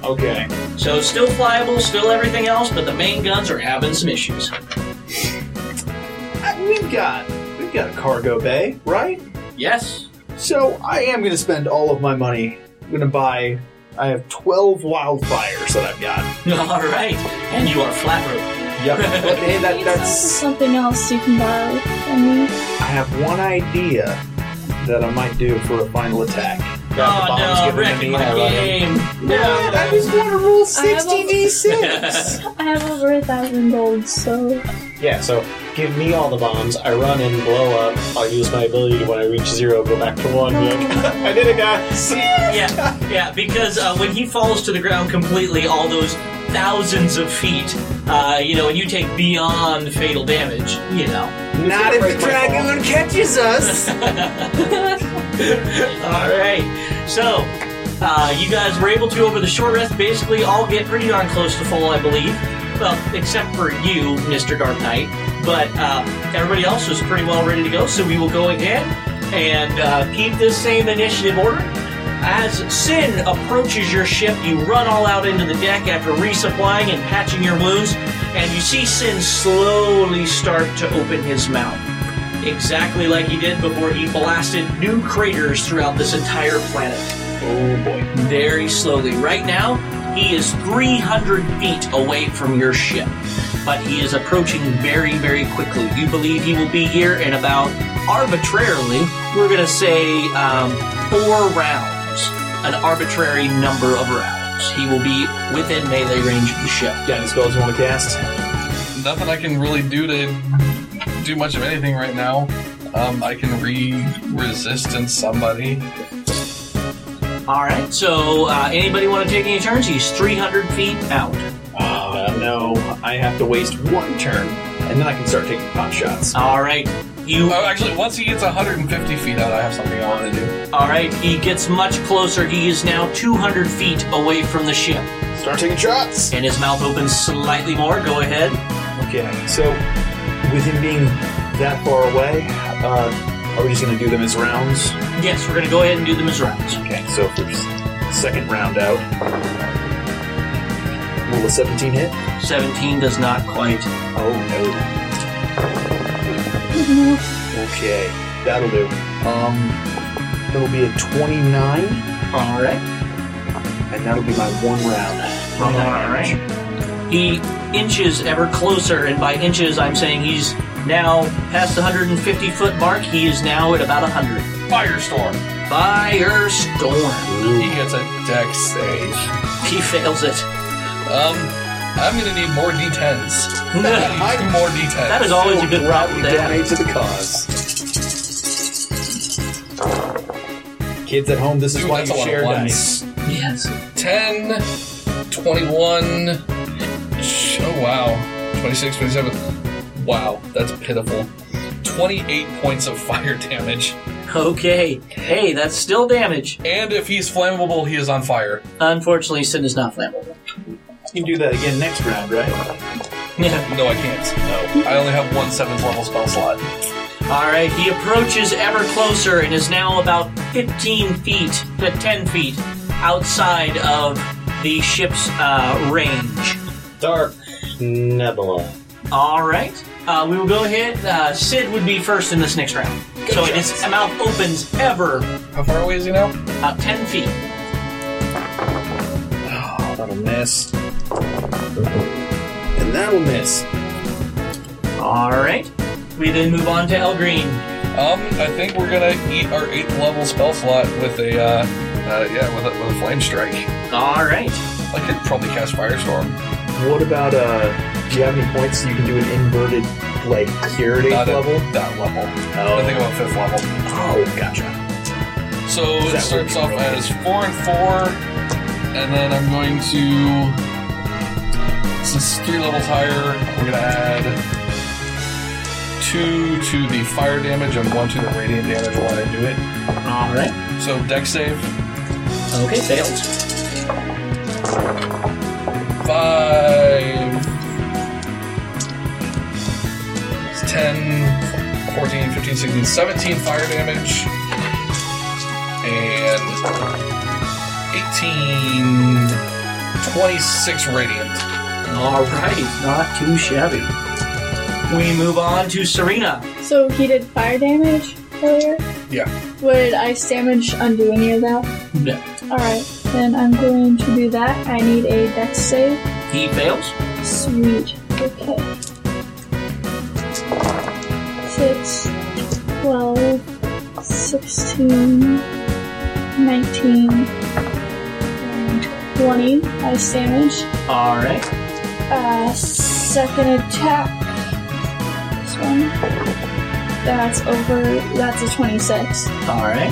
Speaker 4: Okay.
Speaker 1: So still flyable, still everything else, but the main guns are having some issues.
Speaker 4: Uh, We've got we've got a cargo bay, right?
Speaker 1: Yes. *laughs*
Speaker 4: So I am going to spend all of my money. I'm going to buy. I have twelve wildfires that I've got.
Speaker 1: All right. And you are flat rope.
Speaker 4: Yep. *laughs* but hey, that,
Speaker 6: It's also
Speaker 4: that's.
Speaker 6: something else you can buy. I mean,
Speaker 4: I have one idea that I might do for a final attack.
Speaker 5: Grab the bombs,
Speaker 1: oh
Speaker 5: give
Speaker 1: no,
Speaker 5: them to
Speaker 1: wrecking
Speaker 5: me,
Speaker 1: my
Speaker 5: and I love them.
Speaker 1: game.
Speaker 4: What? I just want to roll
Speaker 6: I have a-
Speaker 4: sixty d
Speaker 6: *laughs*
Speaker 4: six.
Speaker 6: I have over a thousand gold, so
Speaker 5: Yeah, so give me all the bombs. I run and blow up. I'll use my ability to, when I reach zero, go back to one. Be like, I did it, guys.
Speaker 1: Yeah, yeah, because uh, when he falls to the ground completely, all those thousands of feet, uh, you know, and you take beyond fatal damage, you know.
Speaker 4: Not if the dragon catches us.
Speaker 1: All right, so uh, you guys were able to, over the short rest, basically all get pretty darn close to full, I believe. Well, except for you, Mr. Dark Knight, but uh, everybody else was pretty well ready to go, so we will go again and uh, keep this same initiative order. As Sin approaches your ship, you run all out into the deck after resupplying and patching your wounds, and you see Sin slowly start to open his mouth. Exactly like he did before he blasted new craters throughout this entire planet. Oh boy. Very slowly. Right now, he is 300 feet away from your ship, but he is approaching very, very quickly. You believe he will be here in about, arbitrarily, we're going to say um, four rounds, an arbitrary number of rounds. He will be within melee range of the ship.
Speaker 4: Got any spells you want to cast?
Speaker 3: Nothing I can really do to do much of anything right now. Um, I can re resistance somebody.
Speaker 1: All right. So, uh, anybody want to take any turns? He's 300 feet out.
Speaker 4: Uh, no, I have to waste one turn, and then I can start taking pot shots.
Speaker 1: All right. You
Speaker 3: Oh, actually, once he gets 150 feet out, I have something I want to do.
Speaker 1: All right, he gets much closer. He is now 200 feet away from the ship,
Speaker 4: Start taking shots.
Speaker 1: and his mouth opens slightly more. Go ahead.
Speaker 4: Okay, so with him being that far away, uh, are we just going to do them as rounds?
Speaker 1: Yes, we're gonna go ahead and do them as rounds.
Speaker 4: Okay, so if there's second round out, will a 17 hit?
Speaker 1: 17 does not quite.
Speaker 4: Oh no.
Speaker 1: Mm-hmm.
Speaker 4: Okay, that'll do. Um, that'll be a 29,
Speaker 1: All right.
Speaker 4: and that'll be my one round.
Speaker 1: All right. He inches ever closer, and by inches, I'm saying he's now past the 150 foot mark. He is now at about 100.
Speaker 3: Firestorm.
Speaker 1: Firestorm.
Speaker 3: He gets a deck save.
Speaker 1: He fails it. *laughs*
Speaker 3: Um, I'm gonna need more D10s. I need more D10s.
Speaker 1: that is always a good problem to have.
Speaker 4: donate to the cause. Kids at home, this is
Speaker 3: Dude,
Speaker 4: why
Speaker 3: that's
Speaker 4: you
Speaker 3: a lot of
Speaker 4: share
Speaker 3: ones.
Speaker 4: dice.
Speaker 1: Yes.
Speaker 3: 10, 21. sh- Oh, wow. 26, 27. Wow, that's pitiful. 28 points of fire *laughs* damage.
Speaker 1: Okay. Hey, that's still damage.
Speaker 3: And if he's flammable, he is on fire.
Speaker 1: Unfortunately, Sin is not flammable.
Speaker 4: You can do that again next round, right?
Speaker 1: Yeah.
Speaker 3: No, I can't. No. I only have one 7th level spell slot.
Speaker 1: All right. He approaches ever closer and is now about 15 feet to 10 feet outside of the ship's uh, range.
Speaker 5: Dark Nebula.
Speaker 1: All right. Uh, we will go ahead. Uh, Sid would be first in this next round. so it is his mouth opens ever
Speaker 3: How far away is he now?
Speaker 1: about 10 feet.
Speaker 4: Oh, that'll miss. And that'll miss.
Speaker 1: All right. We then move on to El Green.
Speaker 3: Um, I think we're gonna eat our 8th level spell slot with a, uh, uh yeah, with a, with a flame strike.
Speaker 1: All right.
Speaker 3: I could probably cast Firestorm.
Speaker 4: What about uh? Do you have any points you can do an inverted like cure at eighth
Speaker 3: Not at
Speaker 4: level?
Speaker 3: that level.
Speaker 4: Oh,
Speaker 3: I think about 5th level.
Speaker 4: oh, gotcha.
Speaker 3: So
Speaker 4: That
Speaker 3: it starts
Speaker 4: would be
Speaker 3: off
Speaker 4: really
Speaker 3: as four and four, and then I'm going to. Since it's three levels higher, we're gonna add two to the fire damage and one to the radiant damage while I do it.
Speaker 2: All right.
Speaker 3: So deck save
Speaker 2: Okay, failed.
Speaker 3: five. It's 10, 14, 15, 16, 17 fire damage. And 18, 26 radiant.
Speaker 1: All right,
Speaker 2: Not too shabby.
Speaker 1: we move on to Serena.
Speaker 6: *laughs* So he did fire damage earlier?
Speaker 3: Yeah.
Speaker 6: Would ice damage undo any of that?
Speaker 2: No.
Speaker 6: Alright, then I'm going to do that. I need a dex save.
Speaker 2: He fails.
Speaker 6: Sweet. Okay. Six, twelve, sixteen, nineteen, and 20 ice damage.
Speaker 2: All right.
Speaker 6: Uh, second attack. This one. That's over. That's a 26.
Speaker 2: All right.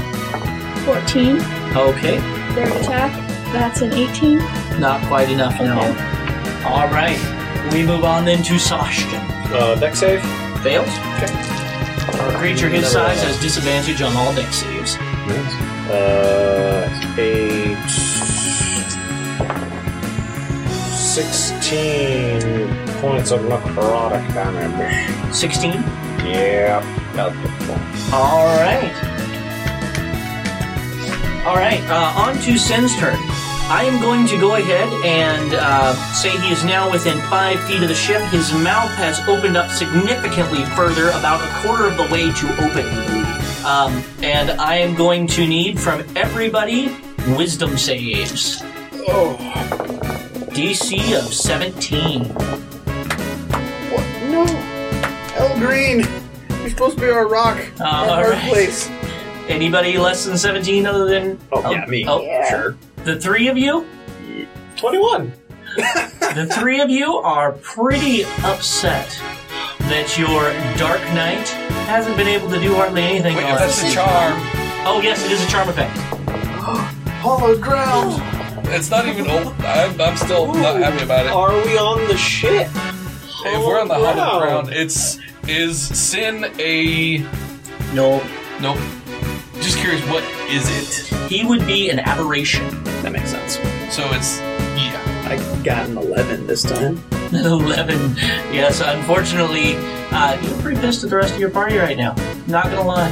Speaker 6: 14.
Speaker 2: Okay.
Speaker 6: Third attack. That's an 18.
Speaker 2: Not quite enough no. All right.
Speaker 1: We move on then to Sebastian.
Speaker 5: Uh, deck save.
Speaker 2: Fails.
Speaker 1: A creature his
Speaker 5: Another
Speaker 1: size
Speaker 5: one.
Speaker 1: has disadvantage on all deck saves.
Speaker 5: Uh, eight. 16 points of necrotic damage.
Speaker 1: 16.
Speaker 5: Yeah, that'll be cool.
Speaker 1: All right. All right. Uh, on to Sen's turn. I am going to go ahead and uh, say he is now within five feet of the ship. His mouth has opened up significantly further, about a quarter of the way to open. I believe. Um, and I am going to need from everybody wisdom saves. DC of 17.
Speaker 4: What? No! El Green! You're supposed to be our rock.
Speaker 1: Uh, all right.
Speaker 4: place.
Speaker 1: Anybody less than 17 other than.
Speaker 4: Oh, yeah, me.
Speaker 1: Oh,
Speaker 4: Sure.
Speaker 1: The three of you?
Speaker 5: 21!
Speaker 1: The three of you are pretty upset that your Dark Knight hasn't been able to do hardly anything.
Speaker 3: Wait,
Speaker 1: on
Speaker 3: if that's
Speaker 1: it.
Speaker 3: a charm,
Speaker 1: oh, yes, it is a charm effect.
Speaker 4: Hollow ground!
Speaker 3: it's not even old. I'm, I'm still not happy about it.
Speaker 5: Are we on the ship?
Speaker 3: If we're on the
Speaker 5: Wow.
Speaker 3: hollow ground, it's is sin a
Speaker 2: No.
Speaker 3: nope. Just curious, what is it?
Speaker 1: He would be an aberration. *laughs*
Speaker 4: That makes sense.
Speaker 3: So it's yeah.
Speaker 4: I got an 11 this time.
Speaker 1: 11. Yes, unfortunately, uh, you're pretty pissed at the rest of your party right now. Not gonna lie.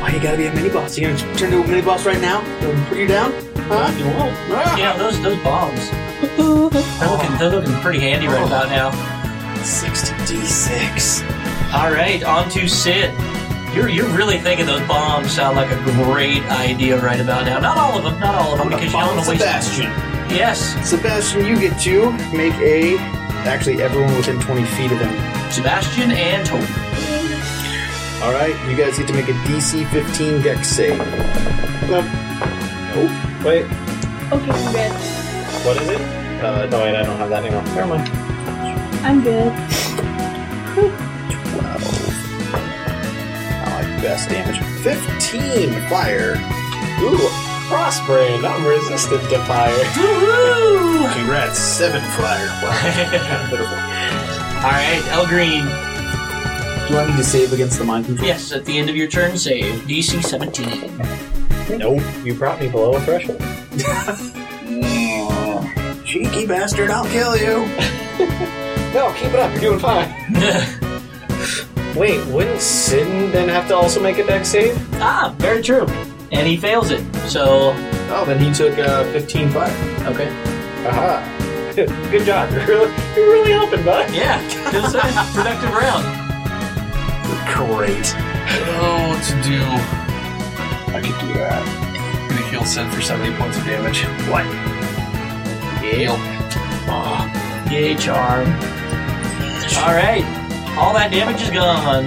Speaker 4: Why you gotta be a mini boss? You gonna turn to a mini boss right now? Put you down? Huh?
Speaker 1: You won't.
Speaker 4: Ah!
Speaker 1: Yeah, those, those bombs. They're looking, they're looking pretty handy right about now.
Speaker 4: 60d6.
Speaker 1: All right, on to Sid. You're, you're really thinking those bombs sound like a great idea right about now. Not all of them, not all of them,
Speaker 4: I'm
Speaker 1: because you don't
Speaker 4: gonna
Speaker 1: want to waste.
Speaker 4: Sebastian.
Speaker 1: Yes,
Speaker 4: Sebastian, you get to make a. Actually, everyone within 20 feet of him.
Speaker 1: Sebastian and Toby.
Speaker 4: Alright, you guys get to make a DC 15 deck save.
Speaker 5: Wait,
Speaker 6: Okay, I'm good.
Speaker 5: what is it? Uh, no, wait, I don't have that anymore. Never mind.
Speaker 6: I'm good.
Speaker 4: 12. I like best damage. 15 fire.
Speaker 5: Ooh, crossbrain. I'm resistant to fire.
Speaker 1: Woohoo!
Speaker 4: Congrats, 7 fire. *laughs* Wow. Beautiful.
Speaker 1: All right, El Green.
Speaker 4: Do I need to save against the mind control?
Speaker 1: Yes, at the end of your turn, save DC *laughs* 17.
Speaker 5: Nope, you brought me below a threshold.
Speaker 4: Yeah. Cheeky bastard, I'll kill you.
Speaker 5: No, keep it up. You're doing fine. Wait, wouldn't Sin then have to also make a deck save?
Speaker 1: ah,
Speaker 5: Very true.
Speaker 1: and he fails it. So,
Speaker 4: Oh, then he took uh, 15 fire.
Speaker 1: okay.
Speaker 5: Aha. *laughs* Good job. *laughs* You're really, you're really helping, bud.
Speaker 1: Yeah, it's a productive round.
Speaker 4: Great.
Speaker 3: Oh, what to do? I could do that. I'm gonna heal sin for 70 points of damage.
Speaker 4: What?
Speaker 3: Heal.
Speaker 1: Yay, charm. All right, all that damage is gone.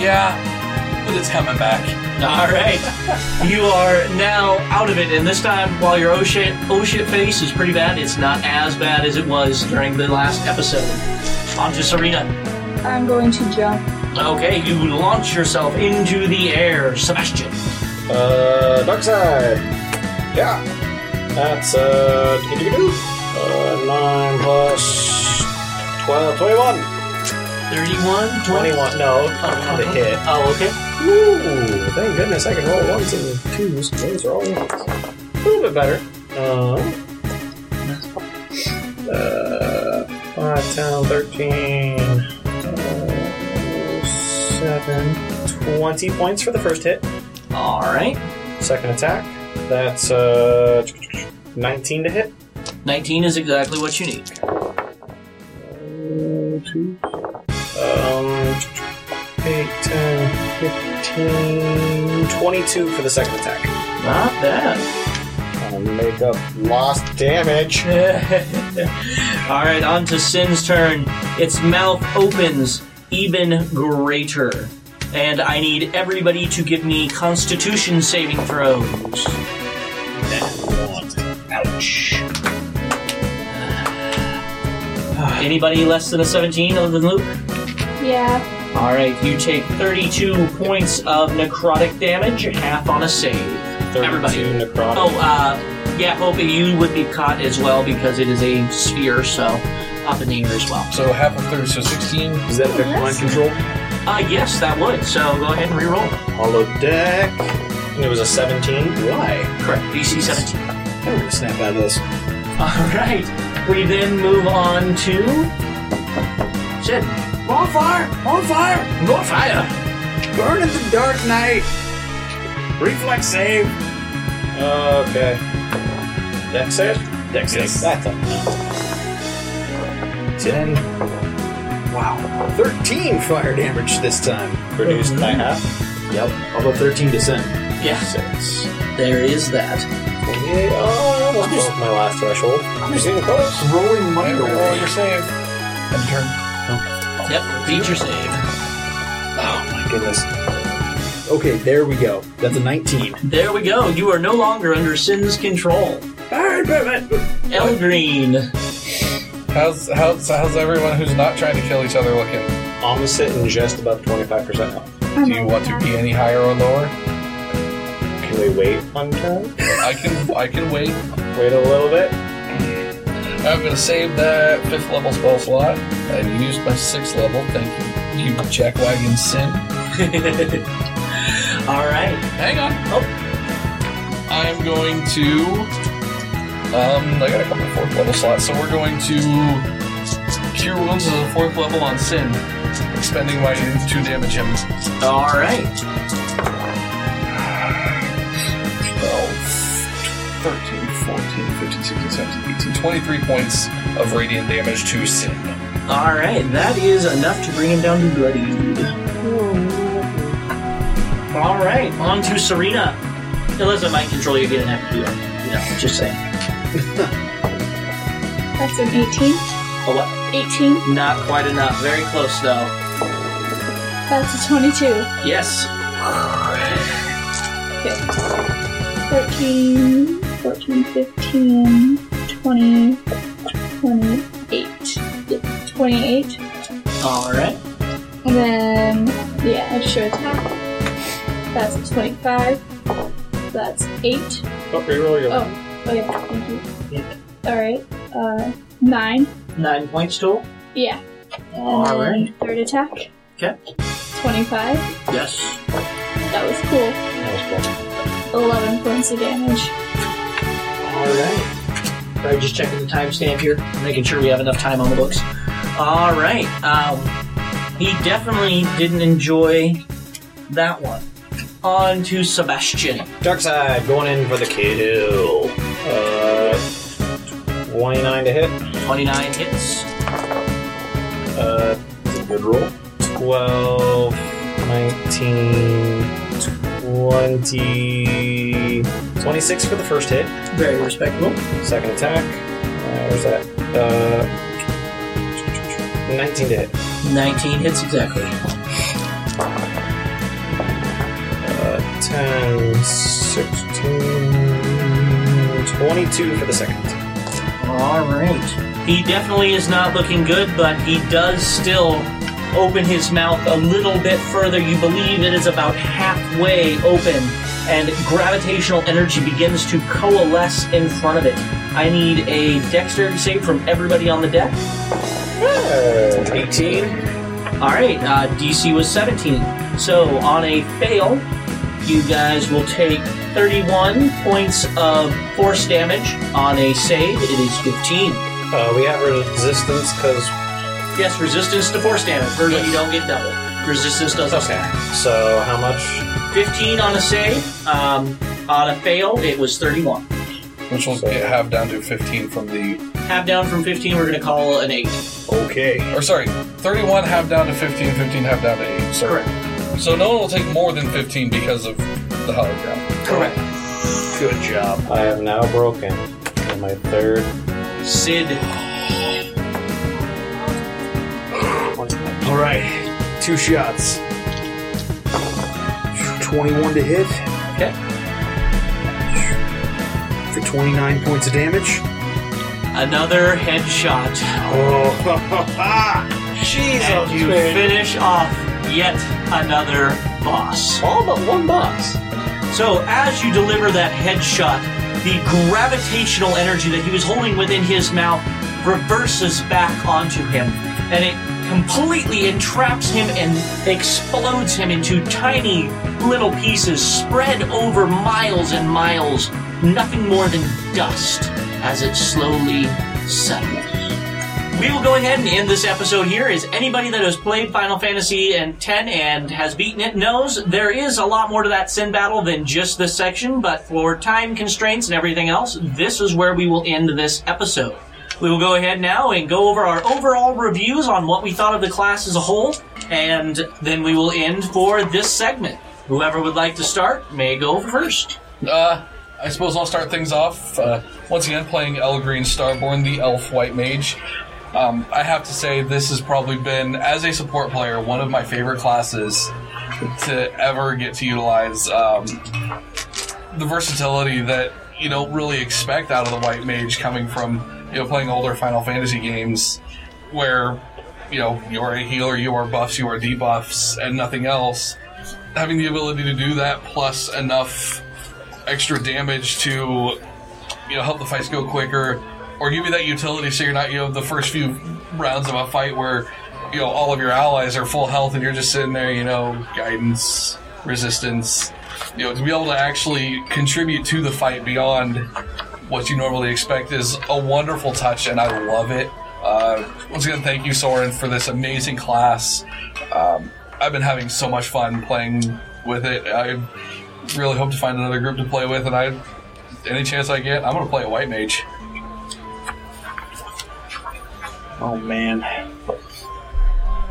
Speaker 3: Yeah, but it's coming back.
Speaker 1: All right, you are now out of it, and this time, while your oh shit, oh shit face is pretty bad, it's not as bad as it was during the last episode. On to Serena.
Speaker 6: I'm going to jump.
Speaker 1: Okay, you launch yourself into the air, Sebastian.
Speaker 5: Uh, dark side. Yeah. That's uh, do-do-do-do. uh nine plus 12, 21.
Speaker 7: 31, 20.
Speaker 5: 21. No, not a hit.
Speaker 7: Oh, okay.
Speaker 5: Ooh, thank goodness I can roll ones and twos. Those are all ones. A little bit better. Uh, uh, 5, 10, 13, uh, 7, 20 points for the first hit.
Speaker 7: All right.
Speaker 5: Second attack, that's uh, 19 to hit.
Speaker 1: 19 is exactly what you need.
Speaker 5: Um, 8, 10, 15, 22 for the second attack.
Speaker 1: Not bad.
Speaker 4: Oh,
Speaker 5: I'll make up lost damage.
Speaker 1: All right, on to Sin's turn. Its mouth opens even greater. And I need everybody to give me constitution saving throws.
Speaker 4: Ouch.
Speaker 1: Anybody less than a 17 other than Luke?
Speaker 6: Yeah.
Speaker 1: All right, you take 32 points of necrotic damage, half on a save.
Speaker 5: 32
Speaker 1: Everybody.
Speaker 5: necrotic.
Speaker 1: Oh, uh, yeah, Hope, you would be caught as well because it is a sphere, so up in the air as well.
Speaker 3: So half of 30, so 16.
Speaker 4: Does that affect mind control?
Speaker 1: Uh, yes, that would. So go ahead and reroll.
Speaker 4: Hollow deck.
Speaker 5: It was a 17.
Speaker 4: Why?
Speaker 1: Correct. DC 17.
Speaker 4: I'm gonna snap out of this.
Speaker 1: *laughs* All right. We then move on to. Sid.
Speaker 4: Bonfire! Bonfire!
Speaker 1: I'm going fire.
Speaker 4: Burn in the dark night! Reflex save!
Speaker 5: Uh, Okay. Dex save?
Speaker 4: Dex save.
Speaker 5: That's a no.
Speaker 4: 10. Wow. 13 fire damage this time.
Speaker 5: Reduced by
Speaker 4: Mm-hmm.
Speaker 5: half.
Speaker 4: Yep. Although 13 descent.
Speaker 1: Yeah,
Speaker 5: Six.
Speaker 1: there is that.
Speaker 5: Yeah, oh, I almost broke my last threshold. I'm just getting close.
Speaker 4: Rolling money
Speaker 3: Every roll your save. And turn.
Speaker 1: Yep, feature save.
Speaker 4: Oh my goodness. Okay, there we go. That's a 19.
Speaker 1: There we go. You are no longer under Sin's control.
Speaker 4: Alright,
Speaker 1: Elgreen.
Speaker 3: How's, how's, how's everyone who's not trying to kill each other looking?
Speaker 5: Almost sitting just above 25% health.
Speaker 3: Do you want to be any higher or lower?
Speaker 5: Can we wait one turn?
Speaker 3: I can I can wait.
Speaker 5: Wait a little bit?
Speaker 3: I'm gonna save that fifth level spell slot and use my sixth level. Thank you, you jackwagon sin.
Speaker 1: All right.
Speaker 3: Hang on. Oh. I'm going to. Um, I got a couple of fourth level slots, so we're going to cure wounds as a fourth level on sin, expending my two damage him.
Speaker 1: All right.
Speaker 3: 12, 13, 14, 15, 16, 17, 18, 23 points of radiant damage to sin.
Speaker 1: All right. That is enough to bring him down to bloody. All right. On to Serena. Eliza might control you again after you. You know, just saying.
Speaker 6: That's an 18.
Speaker 1: A what?
Speaker 6: 18.
Speaker 1: Not quite enough. Very close though.
Speaker 6: That's a 22.
Speaker 1: Yes.
Speaker 6: 13, 14, 15, 20, 28. Yep, 28.
Speaker 1: All right.
Speaker 6: And then, yeah, extra attack. That's a 25. That's 8.
Speaker 5: Oh, reroll your
Speaker 6: Oh, oh yeah, thank you. Alright, uh, 9.
Speaker 1: Nine points total.
Speaker 6: Yeah.
Speaker 1: All
Speaker 6: And
Speaker 1: right.
Speaker 6: then Third attack.
Speaker 1: Okay.
Speaker 6: 25.
Speaker 1: Yes.
Speaker 6: That was cool.
Speaker 5: That was cool.
Speaker 6: 11 points of damage.
Speaker 1: All right. All right, just checking the timestamp here, making sure we have enough time on the books. All right. Um, he definitely didn't enjoy that one. On to Sebastian.
Speaker 5: Dark side, Uh, going in for the kill. Uh, 29 to hit.
Speaker 1: 29 hits.
Speaker 5: Uh,
Speaker 4: a good roll.
Speaker 5: 12, 19, 20, 26 for the first hit.
Speaker 1: Very respectable.
Speaker 5: Second attack. Uh, where's that? Uh, 19 to hit.
Speaker 1: 19 hits exactly.
Speaker 5: Uh, 10, 16, 22 for the second attack.
Speaker 1: All right. He definitely is not looking good, but he does still open his mouth a little bit further. You believe it is about halfway open, and gravitational energy begins to coalesce in front of it. I need a dexterity save from everybody on the deck.
Speaker 5: Uh, 18.
Speaker 1: All right, uh, DC was 17. So on a fail, you guys will take 31 points of force damage. On a save, it is 15.
Speaker 5: Uh, we have resistance because
Speaker 1: Yes, resistance to force damage. Virgo, you don't get double. Resistance doesn't stack.
Speaker 5: so how much?
Speaker 1: 15 on a save. Um, on a fail, it was 31.
Speaker 3: Which will
Speaker 5: So-
Speaker 3: get have down to 15 from the.
Speaker 1: Half down from 15, we're going to call an 8.
Speaker 4: Okay.
Speaker 3: Or sorry, 31 have down to 15, 15 have down to 8. Sorry. So no one will take more than 15 because of the hologram.
Speaker 1: Correct.
Speaker 4: Good job.
Speaker 5: I am now broken. And my third.
Speaker 1: Sid.
Speaker 4: All right. Two shots. 21 to hit.
Speaker 1: Okay.
Speaker 4: For 29 points of damage.
Speaker 1: Another headshot.
Speaker 4: Oh, ha, ha, *laughs* ha.
Speaker 1: and you finish off yet another boss.
Speaker 5: All but one box.
Speaker 1: So, as you deliver that headshot, the gravitational energy that he was holding within his mouth reverses back onto him, and it completely entraps him and explodes him into tiny little pieces spread over miles and miles, nothing more than dust as it slowly settles. We will go ahead and end this episode here. Is anybody that has played Final Fantasy and ten and has beaten it knows there is a lot more to that Sin battle than just this section, but for time constraints and everything else, this is where we will end this episode. We will go ahead now and go over our overall reviews on what we thought of the class as a whole, and then we will end for this segment. Whoever would like to start may go first.
Speaker 3: Uh, I suppose I'll start things off. Uh, once again, playing El Green Starborn, the elf white mage. Um, I have to say, this has probably been, as a support player, one of my favorite classes to ever get to utilize. Um, the versatility that you don't really expect out of the white mage coming from you know playing older Final Fantasy games, where you know you are a healer, you are buffs, you are debuffs, and nothing else. Having the ability to do that plus enough extra damage to you know help the fights go quicker, or give you that utility so you're not you know the first few rounds of a fight where you know all of your allies are full health and you're just sitting there you know guidance resistance you know to be able to actually contribute to the fight beyond what you normally expect is a wonderful touch and i love it uh, once again thank you soren for this amazing class um, i've been having so much fun playing with it i really hope to find another group to play with and i any chance i get i'm going to play a white mage
Speaker 4: Oh, man.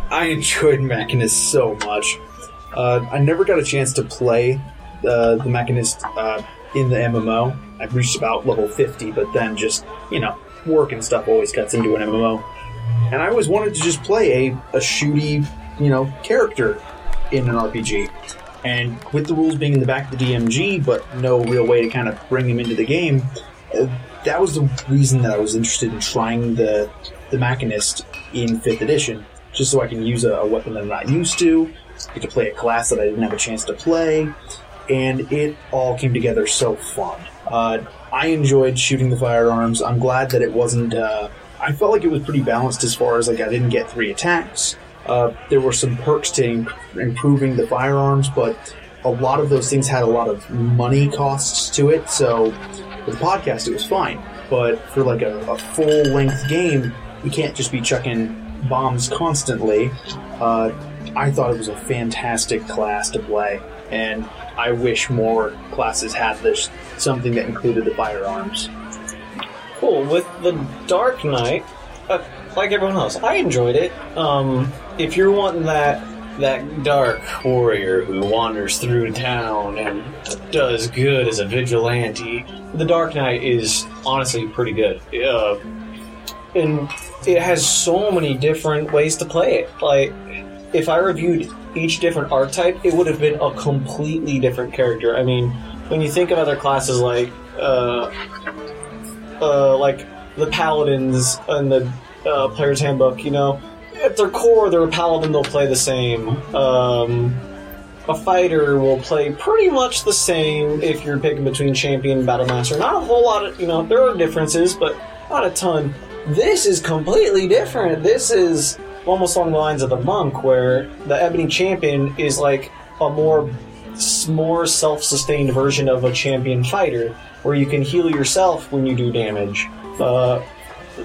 Speaker 4: I enjoyed Machinus so much. Uh, I never got a chance to play uh, the Machinist uh, in the MMO. I've reached about level 50, but then just, you know, work and stuff always cuts into an MMO. And I always wanted to just play a, a shooty, you know, character in an RPG. And with the rules being in the back of the DMG, but no real way to kind of bring him into the game, uh, that was the reason that I was interested in trying the, the Machinist in 5th edition, just so I can use a, a weapon that I'm not used to, get to play a class that I didn't have a chance to play, and it all came together so fun. Uh, I enjoyed shooting the firearms. I'm glad that it wasn't. Uh, I felt like it was pretty balanced as far as like I didn't get three attacks. Uh, there were some perks to im- improving the firearms, but a lot of those things had a lot of money costs to it. So for the podcast, it was fine. But for like a, a full length game, you can't just be chucking bombs constantly. Uh, I thought it was a fantastic class to play, and I wish more classes had this something that included the firearms.
Speaker 5: Cool. With the Dark Knight, uh, like everyone else, I enjoyed it. Um, if you're wanting that that dark warrior who wanders through town and does good as a vigilante, the Dark Knight is honestly pretty good. Uh, and it has so many different ways to play it. Like, if I reviewed each different archetype, it would have been a completely different character. I mean, when you think of other classes like uh, uh, like the paladins and the uh, player's handbook, you know, at their core, they're a paladin. They'll play the same. Um, a fighter will play pretty much the same if you're picking between champion and battle master. Not a whole lot of you know, there are differences, but not a ton. This is completely different. This is almost along the lines of the monk, where the ebony champion is like a more s- more self-sustained version of a champion fighter, where you can heal yourself when you do damage. Uh,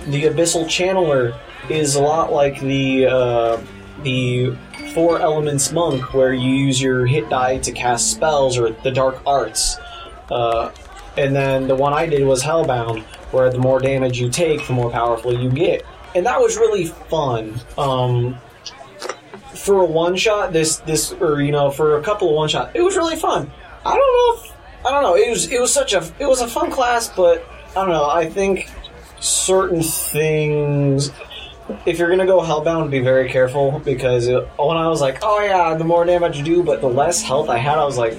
Speaker 5: the abyssal channeler is a lot like the uh, the four elements monk, where you use your hit die to cast spells or the dark arts. Uh, and then the one I did was Hellbound, where the more damage you take, the more powerful you get. And that was really fun. Um, for a one shot, this this or you know for a couple of one shot, it was really fun. I don't know. If, I don't know. It was it was such a it was a fun class, but I don't know. I think certain things. If you're gonna go hellbound, be very careful because it, when I was like, oh yeah, the more damage you do, but the less health I had, I was like,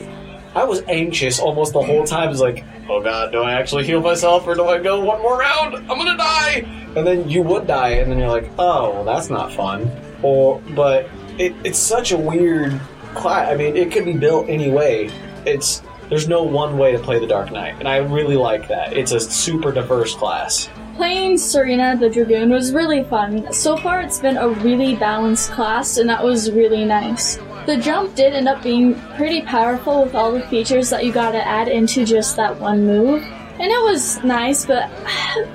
Speaker 5: I was anxious almost the whole time. I was like, oh god, do I actually heal myself or do I go one more round? I'm gonna die! And then you would die, and then you're like, oh, well, that's not fun. Or, but it, it's such a weird class. I mean, it could be built any way. It's there's no one way to play the Dark Knight, and I really like that. It's a super diverse class.
Speaker 6: Playing Serena the Dragoon was really fun. So far, it's been a really balanced class, and that was really nice. The jump did end up being pretty powerful with all the features that you gotta add into just that one move. And it was nice, but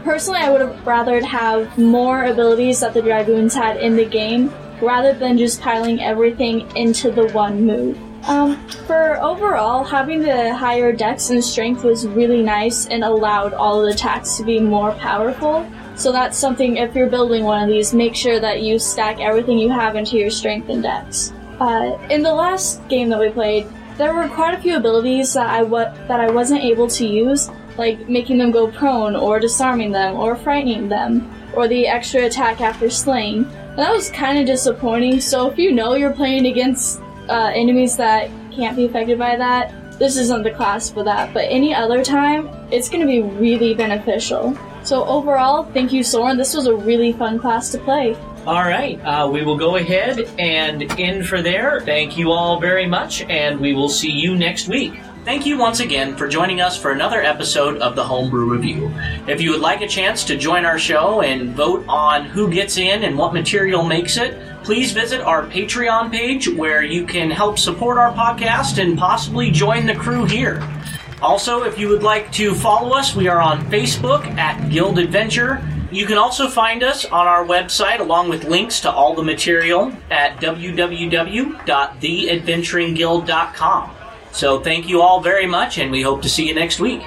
Speaker 6: personally, I would have rather have more abilities that the Dragoons had in the game rather than just piling everything into the one move. Um, for overall, having the higher dex and strength was really nice and allowed all the attacks to be more powerful. So that's something if you're building one of these, make sure that you stack everything you have into your strength and dex. Uh, in the last game that we played, there were quite a few abilities that I wa- that I wasn't able to use, like making them go prone, or disarming them, or frightening them, or the extra attack after slaying. And that was kind of disappointing. So if you know you're playing against uh, enemies that can't be affected by that, this isn't the class for that. But any other time, it's going to be really beneficial. So overall, thank you, Soren. This was a really fun class to play.
Speaker 1: All right, uh, we will go ahead and end for there. Thank you all very much, and we will see you next week. Thank you once again for joining us for another episode of the Homebrew Review. If you would like a chance to join our show and vote on who gets in and what material makes it, please visit our Patreon page where you can help support our podcast and possibly join the crew here. Also, if you would like to follow us, we are on Facebook at Guild Adventure. You can also find us on our website along with links to all the material at www.theadventuringguild.com. So, thank you all very much, and we hope to see you next week.